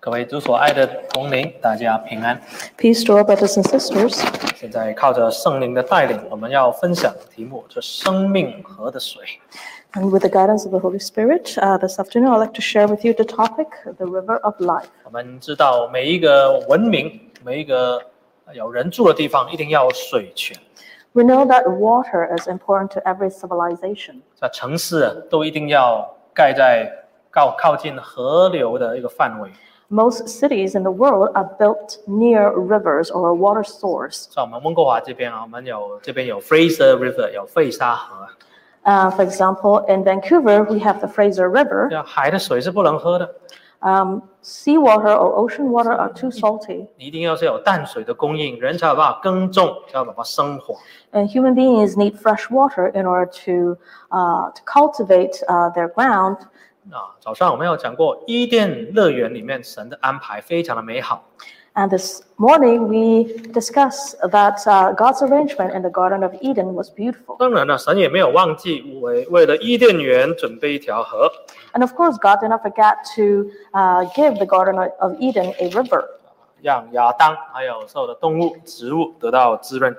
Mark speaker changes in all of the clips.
Speaker 1: 各位主所爱的同龄，大家平安。
Speaker 2: Peace to all brothers and sisters.
Speaker 1: 现在靠着圣灵的带领，我们要分享的题目是“生命河的水
Speaker 2: And with the guidance of the Holy Spirit, uh, this afternoon I'd like to share with you the topic, the river of life. ”。
Speaker 1: 我们知道，每一个文明，每一个有人住的地方，一定要有水泉。
Speaker 2: We know that water is important to every civilization.
Speaker 1: 在城市啊，都一定要盖在靠靠近河流的一个范围。
Speaker 2: Most cities in the world are built near rivers or a water source.
Speaker 1: 在我们温哥华这边啊，我们有这边有 Fraser River，有费沙河。
Speaker 2: Uh, for example, in Vancouver, we have the Fraser River.
Speaker 1: 对啊，海的水是不能喝的，
Speaker 2: Um, seawater or ocean water are too salty,
Speaker 1: 你一定要是有淡水的供应，人才有办法耕种，才有办法生活。
Speaker 2: and human beings need fresh water in order to, uh, to cultivate uh, their ground
Speaker 1: 啊，早上我们有讲过伊甸乐园里面神的安排非常的美好，
Speaker 2: And this morning we discussed that uh, God's arrangement in the Garden of Eden was beautiful.
Speaker 1: 当然了，神也没有忘记为为了伊甸园准备一条河。
Speaker 2: And of course, God did not forget to uh, give the Garden of Eden a river
Speaker 1: 让亚当还有所有的动物、植物得到滋润。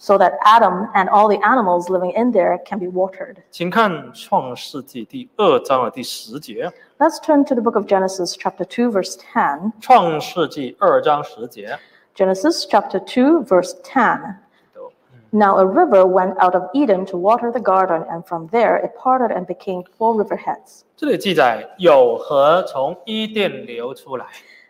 Speaker 2: so that Adam and all the animals living in there can be watered.
Speaker 1: 请看创世纪第二章的第十节，
Speaker 2: Let's turn to the book of Genesis, chapter 2, verse 10.
Speaker 1: 创世纪二章十节，
Speaker 2: Genesis, chapter 2, verse 10.
Speaker 1: 都
Speaker 2: Now a river went out of Eden to water the garden, and from there it parted and became four river heads.
Speaker 1: 这里记载有河从伊甸流出来，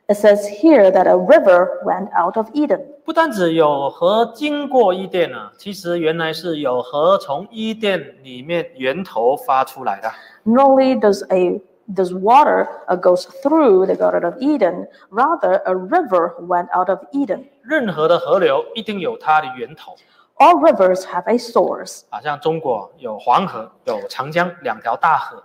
Speaker 2: It says here that a river went out of Eden.
Speaker 1: 不单只有河经过伊甸啊，其实原来是有河从伊甸里面源头发出来的。
Speaker 2: not only does a does water uh, goes through the Garden of Eden, rather a river went out of Eden.
Speaker 1: 任何的河流一定有它的源头
Speaker 2: All rivers have a source.
Speaker 1: 啊，像中国有黄河、有长江两条大河，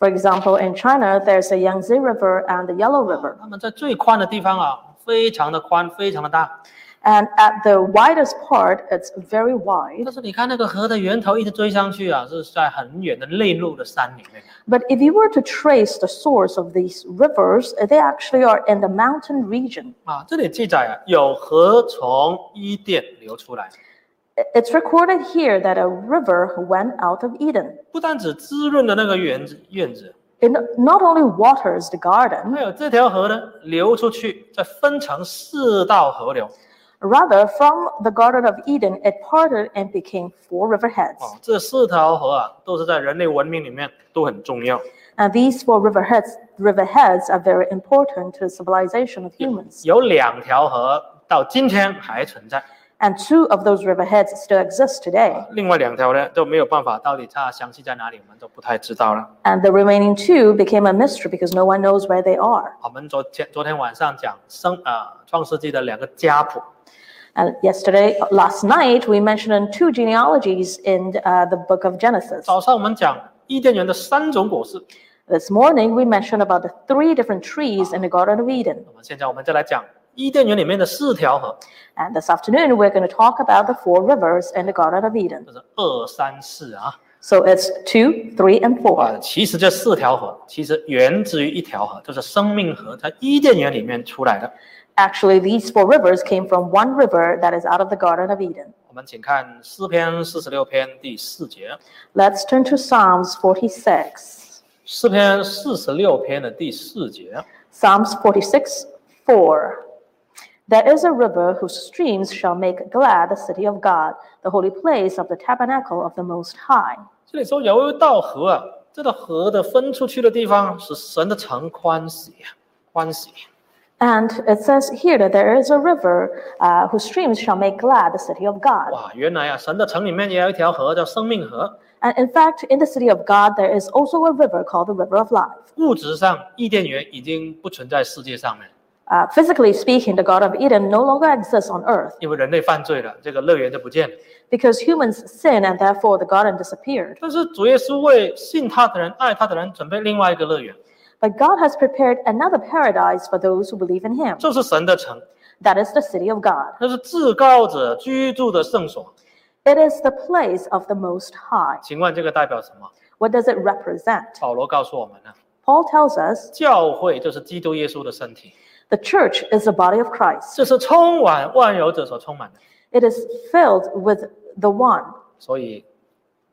Speaker 2: For example, in China, there's the Yangtze River and the Yellow River.
Speaker 1: 那么在最宽的地方啊，非常的宽，非常的大。
Speaker 2: And at the widest part, it's very wide.
Speaker 1: 但是你看那个河的源头一直追上去啊，是在很远的内陆的山里面。
Speaker 2: But if you were to trace the source of these rivers, uh, they actually are in the mountain region.
Speaker 1: 啊，这里记载啊，有河从伊甸流出来，
Speaker 2: I- It's recorded here that a river went out of Eden.
Speaker 1: 不单只滋润了那个园子院子，
Speaker 2: It not only waters the garden,
Speaker 1: 还有这条河呢流出去，再分成四道河流。啊
Speaker 2: Rather, from the Garden of Eden, it parted and became four river heads.
Speaker 1: 哦，这四条河啊，都是在人类文明里面都很重要。
Speaker 2: And these four river heads, river heads are very important to the civilization of humans.
Speaker 1: 有两条河到今天还存在，
Speaker 2: And two of those river heads still exist today.
Speaker 1: 另外两条呢就没有办法，到底它详细在哪里，我们都不太知道了。
Speaker 2: And the remaining two became a mystery because no one knows where they are.
Speaker 1: 我们昨天昨天晚上讲生啊、创世纪的两个家谱，
Speaker 2: And yesterday, last night, we mentioned in two genealogies in uh, the book of Genesis.
Speaker 1: 早上我们讲伊甸园的三种果实，
Speaker 2: This morning, we mentioned about the three different trees in the Garden of Eden.
Speaker 1: 那么现在我们再来讲伊甸园里面的四条河，
Speaker 2: And this afternoon, we're going to talk about the four rivers in the Garden of Eden.
Speaker 1: 就是二三四啊
Speaker 2: So it's two, three, and
Speaker 1: 啊，
Speaker 2: four.
Speaker 1: 其实这四条河其实源自于一条河，就是生命河，在伊甸园里面出来的。
Speaker 2: Actually, these four rivers came from one river that is out of the Garden of Eden.
Speaker 1: 我们请看诗篇四十六篇第四节。
Speaker 2: Let's turn to Psalms 46.
Speaker 1: 诗篇四十六篇的第四节，啊
Speaker 2: Psalms 46, 4. There is a river whose streams shall make glad the city of God, the holy place of the tabernacle of the Most High.
Speaker 1: 这里说有一道河啊，这个河的分出去的地方使神的城欢喜，欢喜。
Speaker 2: And it says here that there is a river uh, whose streams shall make glad the city of God.
Speaker 1: 哇，原来啊，神的城里面也有一条河叫生命河。
Speaker 2: And in fact, in the city of God, there is also a river called the River of Life.
Speaker 1: 物质上，伊甸园已经不存在世界上面，
Speaker 2: Uh, physically speaking, the God of Eden no longer exists on earth
Speaker 1: 因为人类犯罪了，这个乐园就不见了。
Speaker 2: because humans sin and therefore the garden disappeared.
Speaker 1: 但是主耶稣为信他的人、爱他的人准备另外一个乐园，
Speaker 2: But God has prepared another paradise for those who believe in Him.
Speaker 1: 这是神的城，
Speaker 2: That is the city of God.
Speaker 1: 那是至高者居住的圣所。
Speaker 2: It is the place of the Most High.
Speaker 1: 请问这个代表什么？
Speaker 2: What does it represent?
Speaker 1: 保罗告诉我们呢、啊
Speaker 2: Paul tells us
Speaker 1: 教会就是基督耶稣的身体，
Speaker 2: the church is the body of Christ.
Speaker 1: 这是充满万有者所充满的。
Speaker 2: It is filled with the one.
Speaker 1: 所以，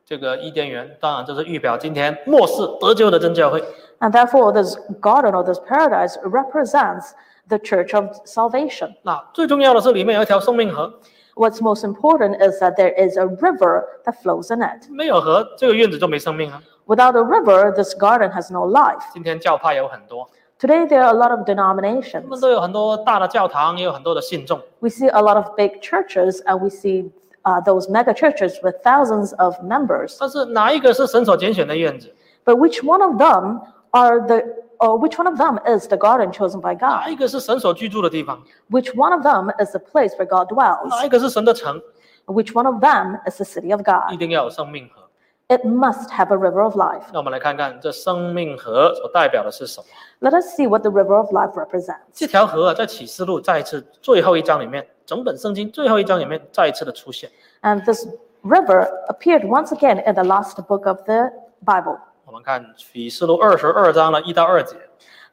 Speaker 1: 这个伊甸园当然就是预表今天末世得救的真教会。
Speaker 2: And therefore, this garden or this paradise represents the church of salvation.
Speaker 1: 那最重要的是里面有一条生命河，
Speaker 2: What's most important is that there is a river that flows in it.
Speaker 1: 没有河这个院子就没生命啊。
Speaker 2: Without a river, this garden has no life.
Speaker 1: 今天教派有很多，
Speaker 2: Today, there are a lot of
Speaker 1: 他们
Speaker 2: denominations.
Speaker 1: 都有很多大的教堂，也有很多的信众。
Speaker 2: We see a lot of big churches and we see uh, those mega churches with thousands of members.
Speaker 1: 但是哪一个是神所拣选的院子？
Speaker 2: But which one of them are the or which one of them is the garden chosen by
Speaker 1: 哪
Speaker 2: God?
Speaker 1: 一个是神所居住的地方？
Speaker 2: Which one of them is the place where God dwells?
Speaker 1: 哪一个是神的城？
Speaker 2: Which one of them is the city of
Speaker 1: 一
Speaker 2: God?
Speaker 1: 定要有生命河。
Speaker 2: It must have a river of life.
Speaker 1: 那我们来看看这生命河所代表的是什么？
Speaker 2: Let us see what the river of life represents.
Speaker 1: 这条河啊，在启示录再一次最后一章里面，整本圣经最后一章里面再一次的出现。
Speaker 2: And this river appeared once again in the last book of the Bible.
Speaker 1: 我们看启示录二十二章的一到二节，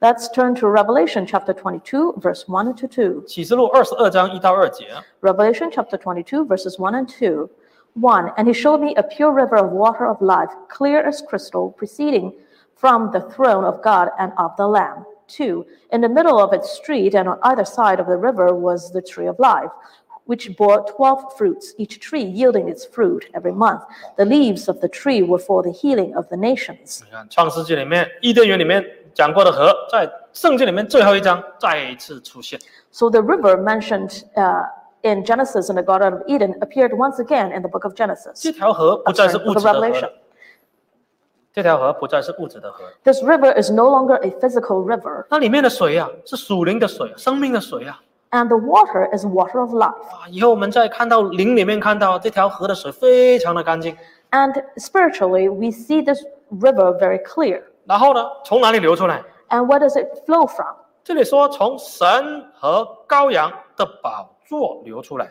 Speaker 2: Let's turn to Revelation chapter 22, verse 1 to 2.
Speaker 1: 启示录二十二章一到二节，
Speaker 2: Revelation chapter 22, verses 1 and 2. 1. And he showed me a pure river of water of life, clear as crystal, proceeding from the throne of God and of the Lamb. 2. In the middle of its street and on either side of the river was the tree of life, which bore 12 fruits, each tree yielding its fruit every month. The leaves of the tree were for the healing of the nations.
Speaker 1: 你看创世纪里面伊甸园里面讲过的河，在圣经里面最后一章再一次出现。
Speaker 2: So the river mentioned uh, in Genesis in the Garden of Eden appeared once again in the book of Genesis.
Speaker 1: 这条河不再是
Speaker 2: Sorry, book
Speaker 1: 物
Speaker 2: of
Speaker 1: 质的河
Speaker 2: Revelation.
Speaker 1: 了，这条河不再是物质的河，
Speaker 2: This river is no longer a physical river,
Speaker 1: 那里面的水呀、是属灵的水，啊生命的水呀、
Speaker 2: and the water is water of life.
Speaker 1: 啊，以后我们在看到灵里面看到这条河的水非常的干净，
Speaker 2: And spiritually, we see this river very clear.
Speaker 1: 然后呢，从哪里流出来？
Speaker 2: And where does it flow from?
Speaker 1: 这里说从神和羔羊的宝座流出来，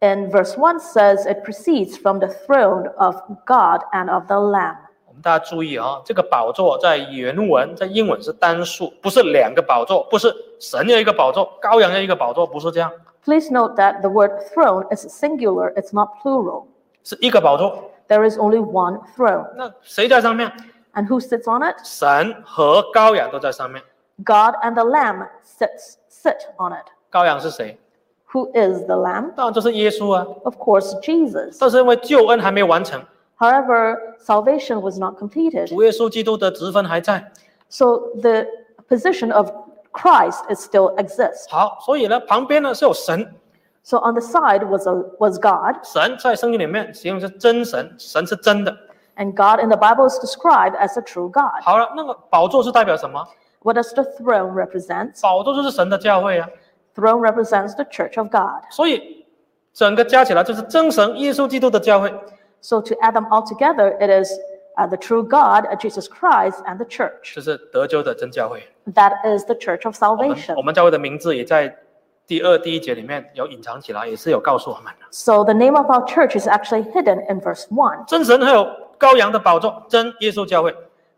Speaker 2: In verse 1 says it proceeds from the throne of God and of the Lamb.
Speaker 1: 我们大家注意啊、这个宝座在原文在英文是单数，不是两个宝座，不是神要一个宝座，羔羊要一个宝座，不是这样，
Speaker 2: Please note that the word throne is singular, it's not plural.
Speaker 1: 是一个宝座。
Speaker 2: There is only one throne.
Speaker 1: 那谁在上面？
Speaker 2: And who sits on it?
Speaker 1: 神和羔羊都在上面。
Speaker 2: God and the Lamb sits sit on it.
Speaker 1: 羔羊是谁？
Speaker 2: Who is the Lamb?
Speaker 1: 当然就是耶稣啊。
Speaker 2: Of course, Jesus.
Speaker 1: 但是因为救恩还没完成，
Speaker 2: However, salvation was not completed.
Speaker 1: 主耶稣基督的职分还在。
Speaker 2: So the position of Christ is still exists.
Speaker 1: 好，所以呢，旁边呢是有神，
Speaker 2: So on the side was a, was God,
Speaker 1: 神在圣经里面形容是真神，神是真的。
Speaker 2: and God in the Bible is described as a true God.
Speaker 1: 好了，那个宝座是代表什么？
Speaker 2: What does the throne represent?
Speaker 1: 宝座就是神的教会啊。
Speaker 2: Throne represents the church of God.
Speaker 1: 所以整个加起来就是真神耶稣基督的教会。
Speaker 2: So to add them all together, it is uh, the true God, uh, Jesus Christ, and the church.
Speaker 1: 就是得救的真教会。
Speaker 2: That is the church of
Speaker 1: 我们
Speaker 2: salvation.
Speaker 1: 我们教会的名字也在第二、第一节里面有隐藏起来，也是有告诉我们的。
Speaker 2: So the name of our church is actually hidden in verse 1.
Speaker 1: 真神还有羔羊的宝座，真耶稣教会，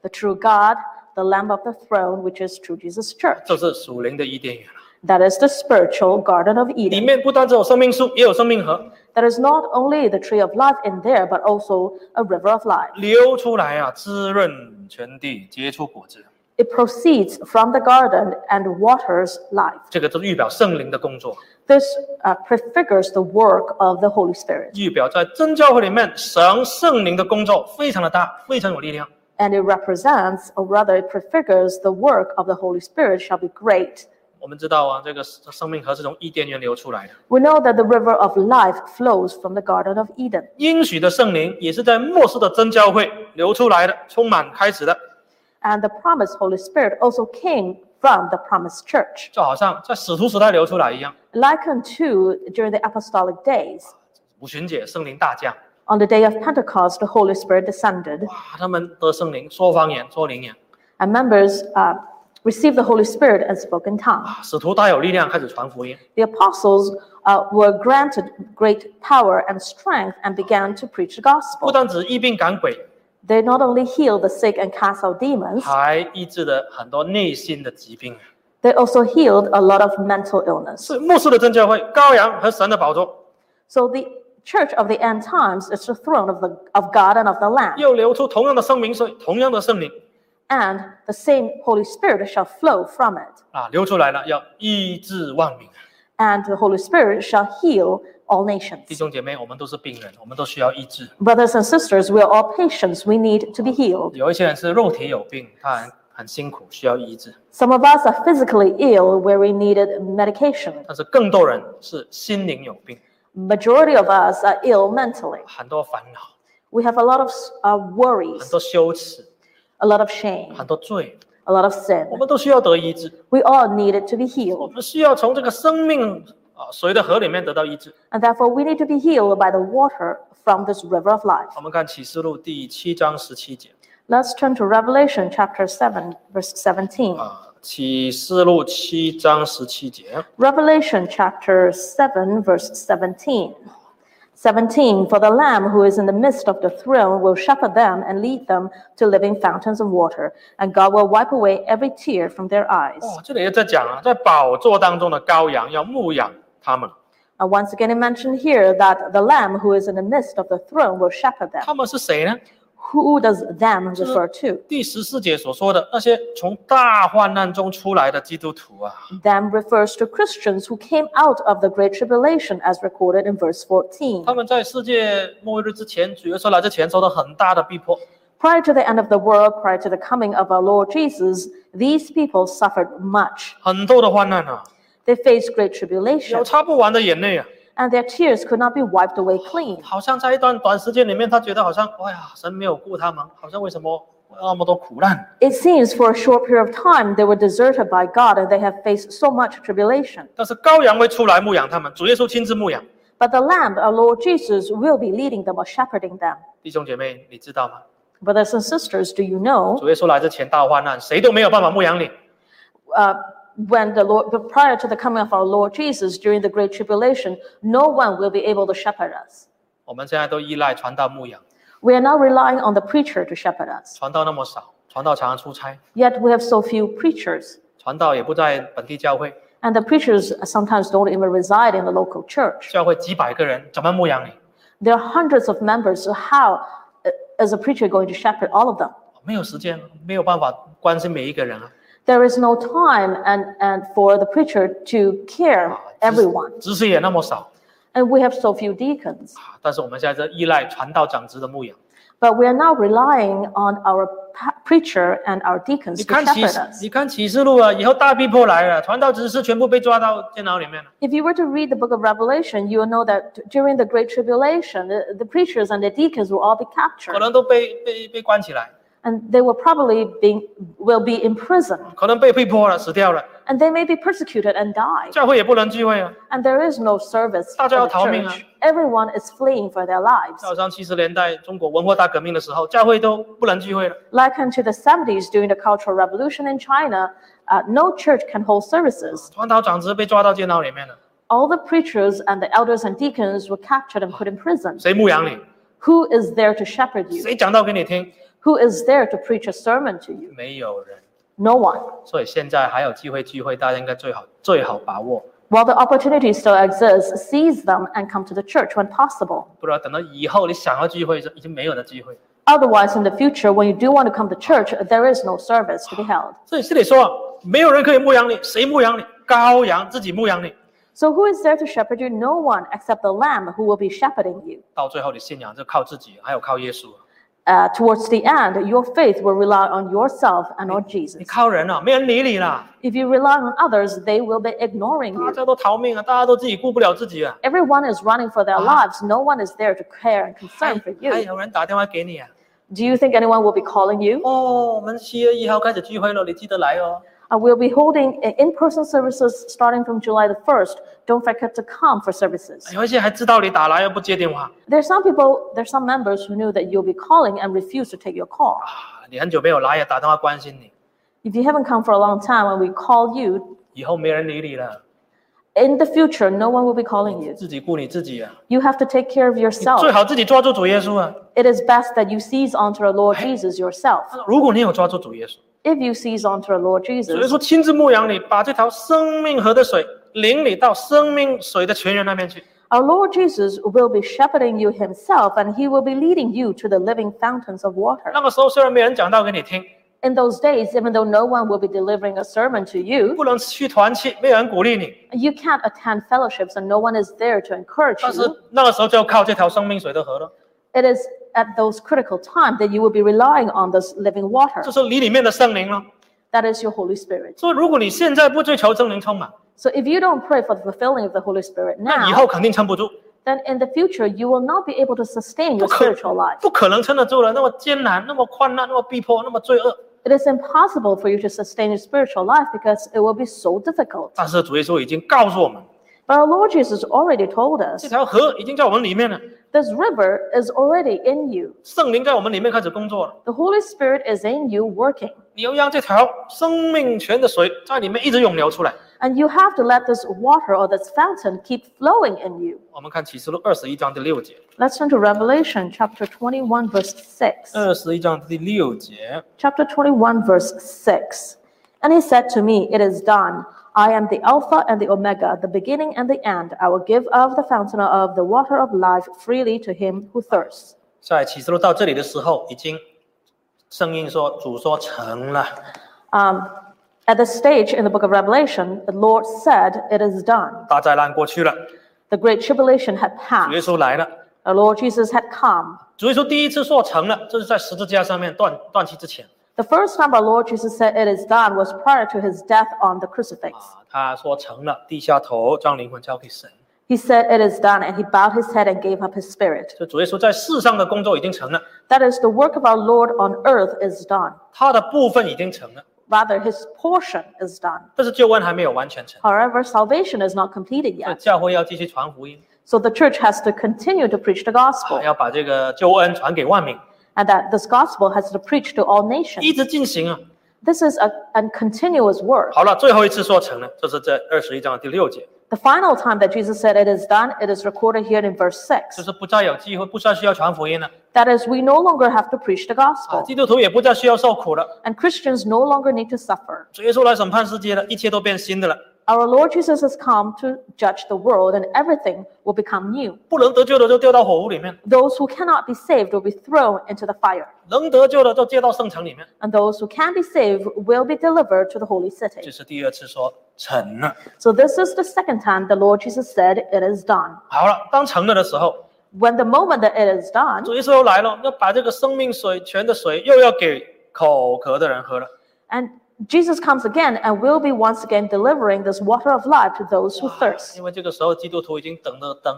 Speaker 2: The true God, the Lamb of the throne, which is true Jesus' church.
Speaker 1: 这是属灵的伊甸园了。啊
Speaker 2: That is the spiritual Garden of
Speaker 1: 里
Speaker 2: Eden.
Speaker 1: 面不单只有生命树，也有生命河
Speaker 2: There is not only the tree of life in there, but also a river of life.
Speaker 1: 流出来啊，滋润全地，结出果子。
Speaker 2: It proceeds from the garden and waters life.
Speaker 1: 这个就是预表圣灵的工作，
Speaker 2: This uh, prefigures the work of the Holy Spirit,
Speaker 1: 预表在真教会里面神圣灵的工作非常的大，非常有力量。
Speaker 2: and it represents, or rather, it prefigures the work of the Holy Spirit shall be great.
Speaker 1: 我们知道啊，这个生命河是从伊甸园流出来的，
Speaker 2: We know that the river of life flows from the Garden of Eden.
Speaker 1: 应许的圣灵也是在末世的真教会流出来的，充满开始的，
Speaker 2: And the promised Holy Spirit also came from the promised church,
Speaker 1: 就好像在使徒时代流出来一样。
Speaker 2: like unto during the apostolic days.
Speaker 1: 五旬节圣灵大降，
Speaker 2: On the day of Pentecost, the Holy Spirit descended,
Speaker 1: 哇，他们得圣灵，说方言，说灵言，
Speaker 2: and members uh, received the Holy Spirit and spoke in tongues.
Speaker 1: 啊使徒大有力量，开始传福音。
Speaker 2: The apostles uh, were granted great power and strength and began to preach the
Speaker 1: 不
Speaker 2: gospel.
Speaker 1: 单只疫病赶鬼，
Speaker 2: They not only heal the sick and cast out demons,
Speaker 1: 还医治了很多内心的疾病。
Speaker 2: they also healed a lot of mental illness.
Speaker 1: 是牧师的真教会，羔羊和神的宝座，
Speaker 2: So the church of the end times is the throne of, the, of God and of the Lamb,
Speaker 1: 又流出同样的生命水，同样的圣灵
Speaker 2: and the same Holy Spirit shall flow from it,
Speaker 1: 啊，流出来了，要医治万民。
Speaker 2: and the Holy Spirit shall heal all
Speaker 1: 弟
Speaker 2: nations.
Speaker 1: 兄姐妹，我们都是病人，我们都需要医治。
Speaker 2: Brothers and sisters, we are all patients. We need to be healed.
Speaker 1: 有一些人是肉体有病，他很很辛苦，需要医治；
Speaker 2: Some of us are physically ill where we needed medication.
Speaker 1: 但是更多人是心灵有病，
Speaker 2: Majority of us are ill mentally.
Speaker 1: 很多烦恼，
Speaker 2: We have a lot of uh,
Speaker 1: 很
Speaker 2: worries,
Speaker 1: 多羞耻，
Speaker 2: a lot of shame,
Speaker 1: 很多罪，
Speaker 2: a lot of sin.
Speaker 1: 我们都需要得医治。
Speaker 2: We all needed to be
Speaker 1: 我
Speaker 2: healed,
Speaker 1: 们需要从这个生命啊水的河里面得到医治。
Speaker 2: and therefore we need to be healed by the water from this river of life.
Speaker 1: 我们看启示录第七章十七节
Speaker 2: Let's turn to Revelation chapter 7, verse 17.
Speaker 1: 啊，启示录七章十七节。
Speaker 2: Revelation chapter 7, verse 17. 17 For the Lamb who is in the midst of the throne will shepherd them and lead them to living fountains of water, and God will wipe away every tear from their eyes.
Speaker 1: 哦，这里也在讲啊，在宝座当中的羔羊要牧养他们，
Speaker 2: And once again, it mentioned here that the Lamb who is in the midst of the throne will shepherd them.
Speaker 1: 他们是谁呢？
Speaker 2: Who does them refer to?
Speaker 1: 第十四节所说的那些从大患难中出来的基督徒啊，
Speaker 2: Them refers to Christians who came out of the Great Tribulation, as recorded in verse 14.
Speaker 1: 他们在世界末日之前，主耶稣来之前受到很大的逼迫，
Speaker 2: Prior to the end of the world, prior to the coming of our Lord Jesus, these people suffered much.
Speaker 1: 很多的患难啊，
Speaker 2: They faced great
Speaker 1: 有
Speaker 2: tribulation,
Speaker 1: 擦不完的眼泪啊，
Speaker 2: and their tears could not be wiped away clean.
Speaker 1: 好像在一段短时间里面，他觉得好像，哎呀，神没有顾他们，好像为什么那么多苦难？
Speaker 2: It seems for a short period of time they were deserted by God and they have faced so much tribulation.
Speaker 1: 但是羔羊会出来牧养他们，主耶稣亲自牧养。
Speaker 2: But the Lamb, our Lord Jesus, will be leading them or shepherding them.
Speaker 1: 弟兄姐妹，你知道吗？
Speaker 2: Brothers and sisters, do you know
Speaker 1: 主耶稣来之前大患难，谁都没有办法牧养你。
Speaker 2: uh, when the Lord, but prior to the coming of our Lord Jesus during the Great Tribulation, no one will be able to shepherd us.
Speaker 1: 我们现在都依赖传道牧养，
Speaker 2: We are now relying on the preacher to shepherd us.
Speaker 1: 传道那么少，传道常常出差，
Speaker 2: Yet we have so few preachers,
Speaker 1: 传道也不在本地教会，
Speaker 2: and the preachers sometimes don't even reside in the local church.
Speaker 1: 教会几百个人，怎么牧养你？
Speaker 2: There are hundreds of members, so how uh, is a preacher going to shepherd all of them?
Speaker 1: 没有时间，没有办法关心每一个人啊。
Speaker 2: There is no time and, and for the preacher to care
Speaker 1: 知识
Speaker 2: everyone.
Speaker 1: 知识也那么少
Speaker 2: And we have so few deacons.
Speaker 1: 啊但是我们现在在依赖传道长职的牧养。
Speaker 2: But we are now relying on our pa- preacher and our
Speaker 1: 你
Speaker 2: deacons to
Speaker 1: 看启
Speaker 2: shepherd us.
Speaker 1: 你看启示录啊，以后大逼迫来了，传道执事全部被抓到监牢里面了。
Speaker 2: If you were to read the book of Revelation, you will know that during the Great Tribulation, the, the preachers and the deacons will all be
Speaker 1: 可
Speaker 2: captured.
Speaker 1: 能都被被被关起来，
Speaker 2: and they will probably be will be imprisoned
Speaker 1: 可能被逼迫了，死掉了，
Speaker 2: and they may be persecuted and die
Speaker 1: 教会也不能聚会啊。
Speaker 2: and there is no service for the
Speaker 1: 大家要逃命啊。
Speaker 2: church. everyone is fleeing for their lives
Speaker 1: 到上七十年代中国文化大革命的时候，教会都不能聚会了，
Speaker 2: like unto the 70s during the cultural revolution in china uh, no church can hold services
Speaker 1: 传道长职被抓到监牢里面了，
Speaker 2: all the preachers and the elders and deacons were captured and put in prison
Speaker 1: 谁牧养你？
Speaker 2: who is there to shepherd you
Speaker 1: 谁讲道给你听？
Speaker 2: who is there to preach a sermon to you
Speaker 1: 没有人。
Speaker 2: no one
Speaker 1: 所以现在还有机会聚会，大家应该最好最好把握。
Speaker 2: while the opportunity still exists seize them and come to the church when possible
Speaker 1: 不然等到以后你想要聚会，已经没有的机会。
Speaker 2: Otherwise, in the future, when you do want to come to church, there is no service to be held.
Speaker 1: 所以这里说啊，没有人可以牧养你，谁牧养你？羔羊自己牧养你。
Speaker 2: So, who is there to shepherd you? No one except the Lamb who will be shepherding you.
Speaker 1: 到最后，你信仰就靠自己，还有靠耶稣。啊
Speaker 2: Uh, towards the end, your faith will rely on yourself and on
Speaker 1: 你
Speaker 2: Jesus.
Speaker 1: 靠人啊，没人理你啦，
Speaker 2: If you rely on others, they will be ignoring
Speaker 1: 大
Speaker 2: you.
Speaker 1: 家都逃命啊，大家都自己顾不了自己啊。
Speaker 2: Everyone is running for their lives. No one is there to care and
Speaker 1: 还
Speaker 2: concern for
Speaker 1: 还
Speaker 2: you.
Speaker 1: 哎有人打电话给你啊？
Speaker 2: Do you think anyone will be calling you?
Speaker 1: 哦，我们七月一号开始聚会了，你记得来哦。
Speaker 2: Uh, we'll be holding uh, in-person services starting from July the 1st. Don't forget to come for services.
Speaker 1: 有一哎些还知道你打来又不接电话
Speaker 2: There's some people, there's some members who knew that you'll be calling and refused to take your call.
Speaker 1: 啊，你很久没有来也打电话关心你，
Speaker 2: If you haven't come for a long time and we call you,
Speaker 1: 以后没人理你了。
Speaker 2: In the future, no one will be calling you.
Speaker 1: 自己顾你自己啊，
Speaker 2: You have to take care of
Speaker 1: 最
Speaker 2: yourself.
Speaker 1: 好自己抓住主耶稣啊。
Speaker 2: It is best that you seize onto our Lord Jesus yourself.
Speaker 1: 如果你有抓住主耶稣，
Speaker 2: If you seize onto our Lord
Speaker 1: 所以
Speaker 2: Jesus,
Speaker 1: 说亲自牧羊你，把这条生命河的水领你到生命水的泉源那边去。
Speaker 2: our Lord Jesus will be shepherding you himself and he will be leading you to the living fountains of water.
Speaker 1: 那个时候虽然没人讲道给你听，
Speaker 2: In those days, even though no one will be delivering a sermon to you,
Speaker 1: 不能去团契，没有人鼓励你，
Speaker 2: you can't attend fellowships and no one is there to encourage
Speaker 1: 但是
Speaker 2: you.
Speaker 1: 那个时候就靠这条生命水的河了，
Speaker 2: It is at those critical times that you will be relying on this living water.
Speaker 1: 就是你里面的圣灵了。
Speaker 2: That is your Holy Spirit.
Speaker 1: 所以如果你现在不追求圣灵充满，
Speaker 2: So if you don't pray for the fulfilling of the Holy Spirit
Speaker 1: 以
Speaker 2: now,
Speaker 1: 后肯定撑不住，
Speaker 2: then in the future you will not be able to sustain your
Speaker 1: 不可
Speaker 2: spiritual life.
Speaker 1: 不可能撑得住了。那么艰难，那么困难，那么逼迫，那么罪恶，
Speaker 2: It is impossible for you to sustain your spiritual life because it will be so difficult.
Speaker 1: 但是主耶稣已经告诉我们，
Speaker 2: But our Lord Jesus already told
Speaker 1: 这
Speaker 2: us
Speaker 1: 条河已经在我们里面了，
Speaker 2: this river is already in you.
Speaker 1: 圣灵在我们里面开始工作了。
Speaker 2: The Holy Spirit is in you working.
Speaker 1: 你要让这条生命泉的水在里面一直涌流出来。
Speaker 2: And you have to let this water or this fountain keep flowing in you.
Speaker 1: 我们看启示录二十一章第六节，
Speaker 2: Let's turn to Revelation chapter 21, verse 6.
Speaker 1: 二十一章第六节，
Speaker 2: chapter 21, verse 6. And he said to me, It is done. I am the Alpha and the Omega, the beginning and the end. I will give of the fountain of the water of life freely to him who thirsts.
Speaker 1: 在启示录到这里的时候，已经声音说主说成了，
Speaker 2: Um, at this stage in the book of Revelation, the Lord said, It is done.
Speaker 1: 大灾难过去了，
Speaker 2: The great tribulation had
Speaker 1: 主耶
Speaker 2: passed.
Speaker 1: 稣来了。
Speaker 2: Our Lord Jesus had come.
Speaker 1: 主耶稣第一次说成了，这是在十字架上面断断气之前
Speaker 2: The first time our Lord Jesus said, It is done, was prior to his death on the crucifix.
Speaker 1: 啊，他说成了，低下头将灵魂交给神。
Speaker 2: He said, It is done, and he bowed his head and gave up his spirit.
Speaker 1: 就主耶稣在世上的工作已经成了，
Speaker 2: That is, the work of our Lord on earth is done.
Speaker 1: 他的部分已经成了，
Speaker 2: Rather, his portion is done.
Speaker 1: 但是救恩还没有完全成。
Speaker 2: However, salvation is not completed
Speaker 1: 所以
Speaker 2: yet.
Speaker 1: 教会要继续传福音，
Speaker 2: So the church has to continue to preach the
Speaker 1: 还
Speaker 2: gospel,
Speaker 1: 要把这个救恩传给万民，
Speaker 2: and that this gospel has to preach to all
Speaker 1: 一
Speaker 2: nations.
Speaker 1: 直进行啊。
Speaker 2: This is a, a continuous work.
Speaker 1: 好了，最后一次说成了，这是在二十一章的第六节，
Speaker 2: The final time that Jesus said it is done, it is recorded here in verse 6.
Speaker 1: 就是不再有机会，不再需要传福音了。
Speaker 2: That is, we no longer have to preach the
Speaker 1: 啊，
Speaker 2: gospel,
Speaker 1: 基督徒也不再需要受苦了。
Speaker 2: and Christians no longer need to suffer.
Speaker 1: 主耶稣来审判世界了，一切都变新的了。
Speaker 2: Our Lord Jesus has come to judge the world, and everything will become new.
Speaker 1: 不能得救的就掉到火湖里面，
Speaker 2: Those who cannot be saved will be thrown into the fire.
Speaker 1: 能得救的就接到圣城里面。
Speaker 2: and those who can be saved will be delivered to the holy
Speaker 1: 这
Speaker 2: city.
Speaker 1: 是第二次说成了。
Speaker 2: So this is the second time the Lord Jesus said it is done.
Speaker 1: 好了，当成了的时候，
Speaker 2: When the moment that it is done,
Speaker 1: 主耶稣又来了，要把这个生命水泉的水又要给口渴的人喝了。
Speaker 2: and Jesus comes again and will be once again delivering this water of life to those who thirst.
Speaker 1: 因为这个时候基督徒已经等着等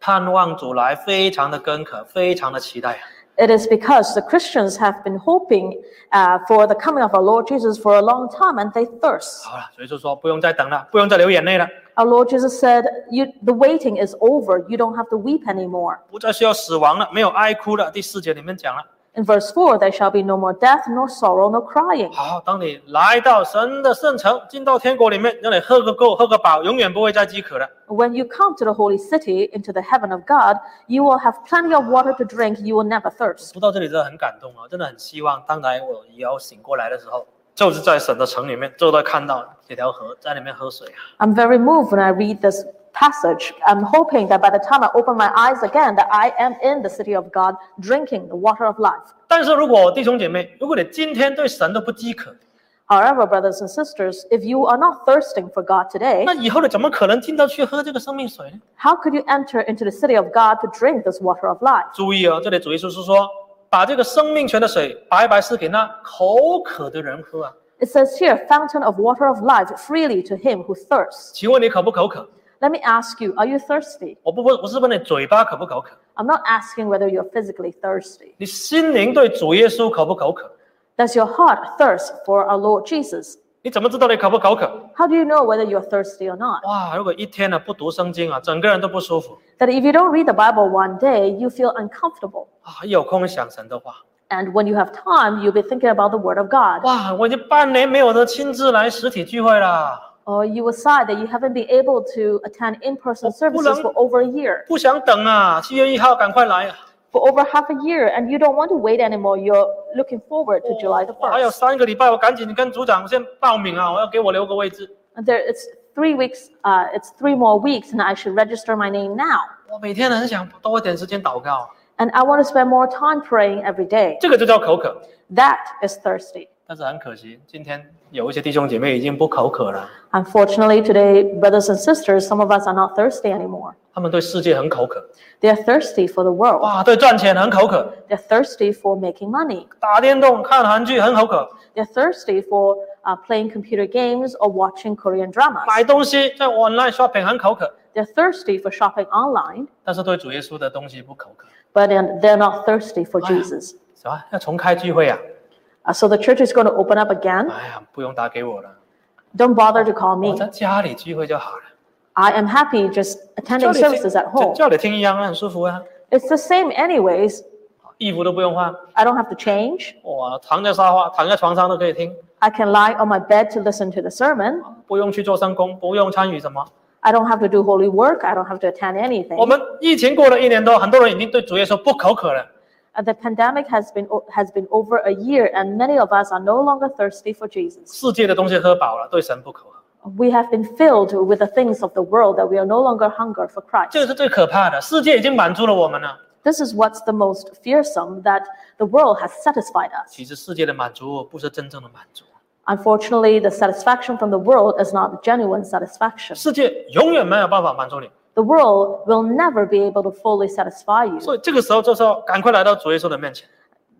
Speaker 1: 盼望主来，非常的跟渴，非常的期待啊。
Speaker 2: It is because the Christians have been hoping uh, for the coming of our Lord Jesus for a long time and they thirst.
Speaker 1: 好了，所以就说不用再等了，不用再流眼泪了，
Speaker 2: Our Lord Jesus said, you, The waiting is over. You don't have to weep anymore.
Speaker 1: 不再需要死亡了，没有哀哭了。第四节里面讲了，
Speaker 2: In verse 4, there shall be no more death, nor sorrow, nor crying.
Speaker 1: 好，当你来到神的圣城，进到天国里面，让你喝个够，喝个饱，永远不会再饥渴了。
Speaker 2: When you come to the holy city, into the heaven of God, you will have plenty of water to drink. You will never thirst.
Speaker 1: 读到这里真的很感动啊，真的很希望，当然我以后醒过来的时候，就是在神的城里面，就在看到这条河，在里面喝水啊。
Speaker 2: I'm very moved when I read this passage. I'm hoping that by the time I open my eyes again, that I am in the city of God, drinking the water of life.
Speaker 1: 但是如果弟兄姐妹，如果你今天对神都不饥渴，
Speaker 2: However, brothers and sisters, if you are not thirsting for God today,
Speaker 1: 那以后你怎么可能进到去喝这个生命水呢？
Speaker 2: how could you enter into the city of God to drink this water of life?
Speaker 1: 注意哦，这里主耶稣是说，把这个生命泉的水白白是给那口渴的人喝啊。
Speaker 2: It says here, fountain of water of life freely to him who thirsts.
Speaker 1: 请问你口不口渴？
Speaker 2: Let me ask you, are you thirsty?
Speaker 1: 我不问，我是问你嘴巴口不口渴？
Speaker 2: I'm not asking whether you're physically thirsty.
Speaker 1: 你心灵对主耶稣口不口渴？
Speaker 2: Does your heart thirst for our Lord Jesus?
Speaker 1: 你怎么知道你口不口渴？
Speaker 2: How do you know whether you're thirsty or not?
Speaker 1: 哇，如果一天呢、不读圣经啊，整个人都不舒服
Speaker 2: That if you don't read the Bible one day, you feel uncomfortable.
Speaker 1: 啊，一有空想神的话。
Speaker 2: And when you have time, you'll be thinking about the Word of God.
Speaker 1: 哇，我已经半年没有的亲自来实体聚会了，
Speaker 2: Or you were sad that you haven't been able to attend in-person services for over a year,
Speaker 1: 不想等啊，七月一号赶快来啊！
Speaker 2: for over half a year, and you don't want to wait anymore. You're looking forward to July the
Speaker 1: 我还有
Speaker 2: 1st.
Speaker 1: 三个礼拜，我赶紧跟组长先报名啊！我要给我留个位置。
Speaker 2: And there, it's three weeks. Uh, it's three more weeks, and I should register my name now.
Speaker 1: 我每天很想多一点时间祷告，啊
Speaker 2: And I want to spend more time praying every day.
Speaker 1: 这个就叫口渴。
Speaker 2: That is thirsty.
Speaker 1: 但是很可惜，今天有一些弟兄姐妹已经不口渴了，
Speaker 2: Unfortunately, today, brothers and sisters, some of us are not thirsty anymore.
Speaker 1: 他们对世界很口渴，
Speaker 2: They're thirsty for the world.
Speaker 1: 哇，对赚钱很口渴，
Speaker 2: They're thirsty for making money.
Speaker 1: 打电动、看韩剧很口渴，
Speaker 2: They're thirsty for uh, playing computer games or watching Korean dramas.
Speaker 1: 买东西在 online shopping 很口渴，
Speaker 2: They're thirsty for shopping online,
Speaker 1: 但是对主耶稣的东西不口渴。
Speaker 2: but then they're not thirsty for Jesus.
Speaker 1: 什么？要重开聚会啊？
Speaker 2: Uh, so the church is going to open up again.
Speaker 1: 哎呀，不用打给我了，
Speaker 2: Don't bother to call
Speaker 1: 我
Speaker 2: me.
Speaker 1: 在家里聚会就好了。
Speaker 2: I am happy just
Speaker 1: 家
Speaker 2: attending
Speaker 1: 里听
Speaker 2: services at home.
Speaker 1: 家里听音乐很舒服啊，
Speaker 2: It's the same, anyways.
Speaker 1: 衣服都不用换，
Speaker 2: I don't have to change.
Speaker 1: 哇，躺在沙发、躺在床上都可以听，
Speaker 2: I can lie on my bed to listen to the sermon.
Speaker 1: 不用去做圣工，不用参与什么。
Speaker 2: I don't have to do holy work. I don't have to attend anything.
Speaker 1: 我们疫情过了一年多，很多人已经对主耶稣不口渴了。
Speaker 2: Uh, The pandemic has been o- has been over a year, and many of us are no longer thirsty for Jesus.
Speaker 1: 世界的东西喝饱了，对神不口渴，
Speaker 2: We have been filled with the things of the world that we are no longer hunger
Speaker 1: 这
Speaker 2: for Christ.
Speaker 1: 个是最可怕的。世界已经满足了我们了，
Speaker 2: This is what's the most fearsome that the world has satisfied us.
Speaker 1: 其实世界的满足不是真正的满足，
Speaker 2: Unfortunately, the satisfaction from the world is not genuine satisfaction.
Speaker 1: 世界永远没有办法满足你。
Speaker 2: The world will never be able to fully satisfy you.
Speaker 1: 所以这个时候就是要赶快来到主耶稣的面前。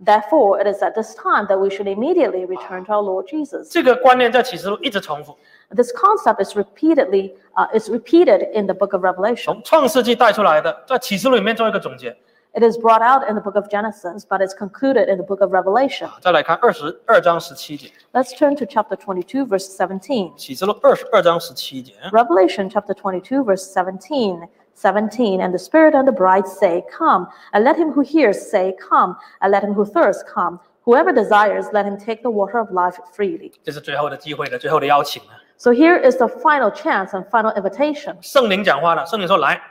Speaker 2: Therefore, it is at this time that we should immediately return to our Lord Jesus.
Speaker 1: 这个观念在启示录一直重复，
Speaker 2: This concept is repeatedly uh, is repeated in the book of Revelation.
Speaker 1: 从创世纪带出来的，在启示录里面做一个总结。
Speaker 2: It is brought out in the book of Genesis, but it's concluded in the book of Revelation.
Speaker 1: 再来看二十二章十七节，
Speaker 2: Let's turn to chapter 22, verse 17.
Speaker 1: 启示录二十二章十七节，
Speaker 2: Revelation chapter 22, verse 17. 17. And the Spirit and the bride say, Come. And let him who hears say, Come. And let him who thirsts come. Whoever desires, let him take the water of life freely.
Speaker 1: 这是最后的机会了，最后的邀请了。
Speaker 2: So here is the final chance and final invitation.
Speaker 1: 圣灵讲话了，圣灵说来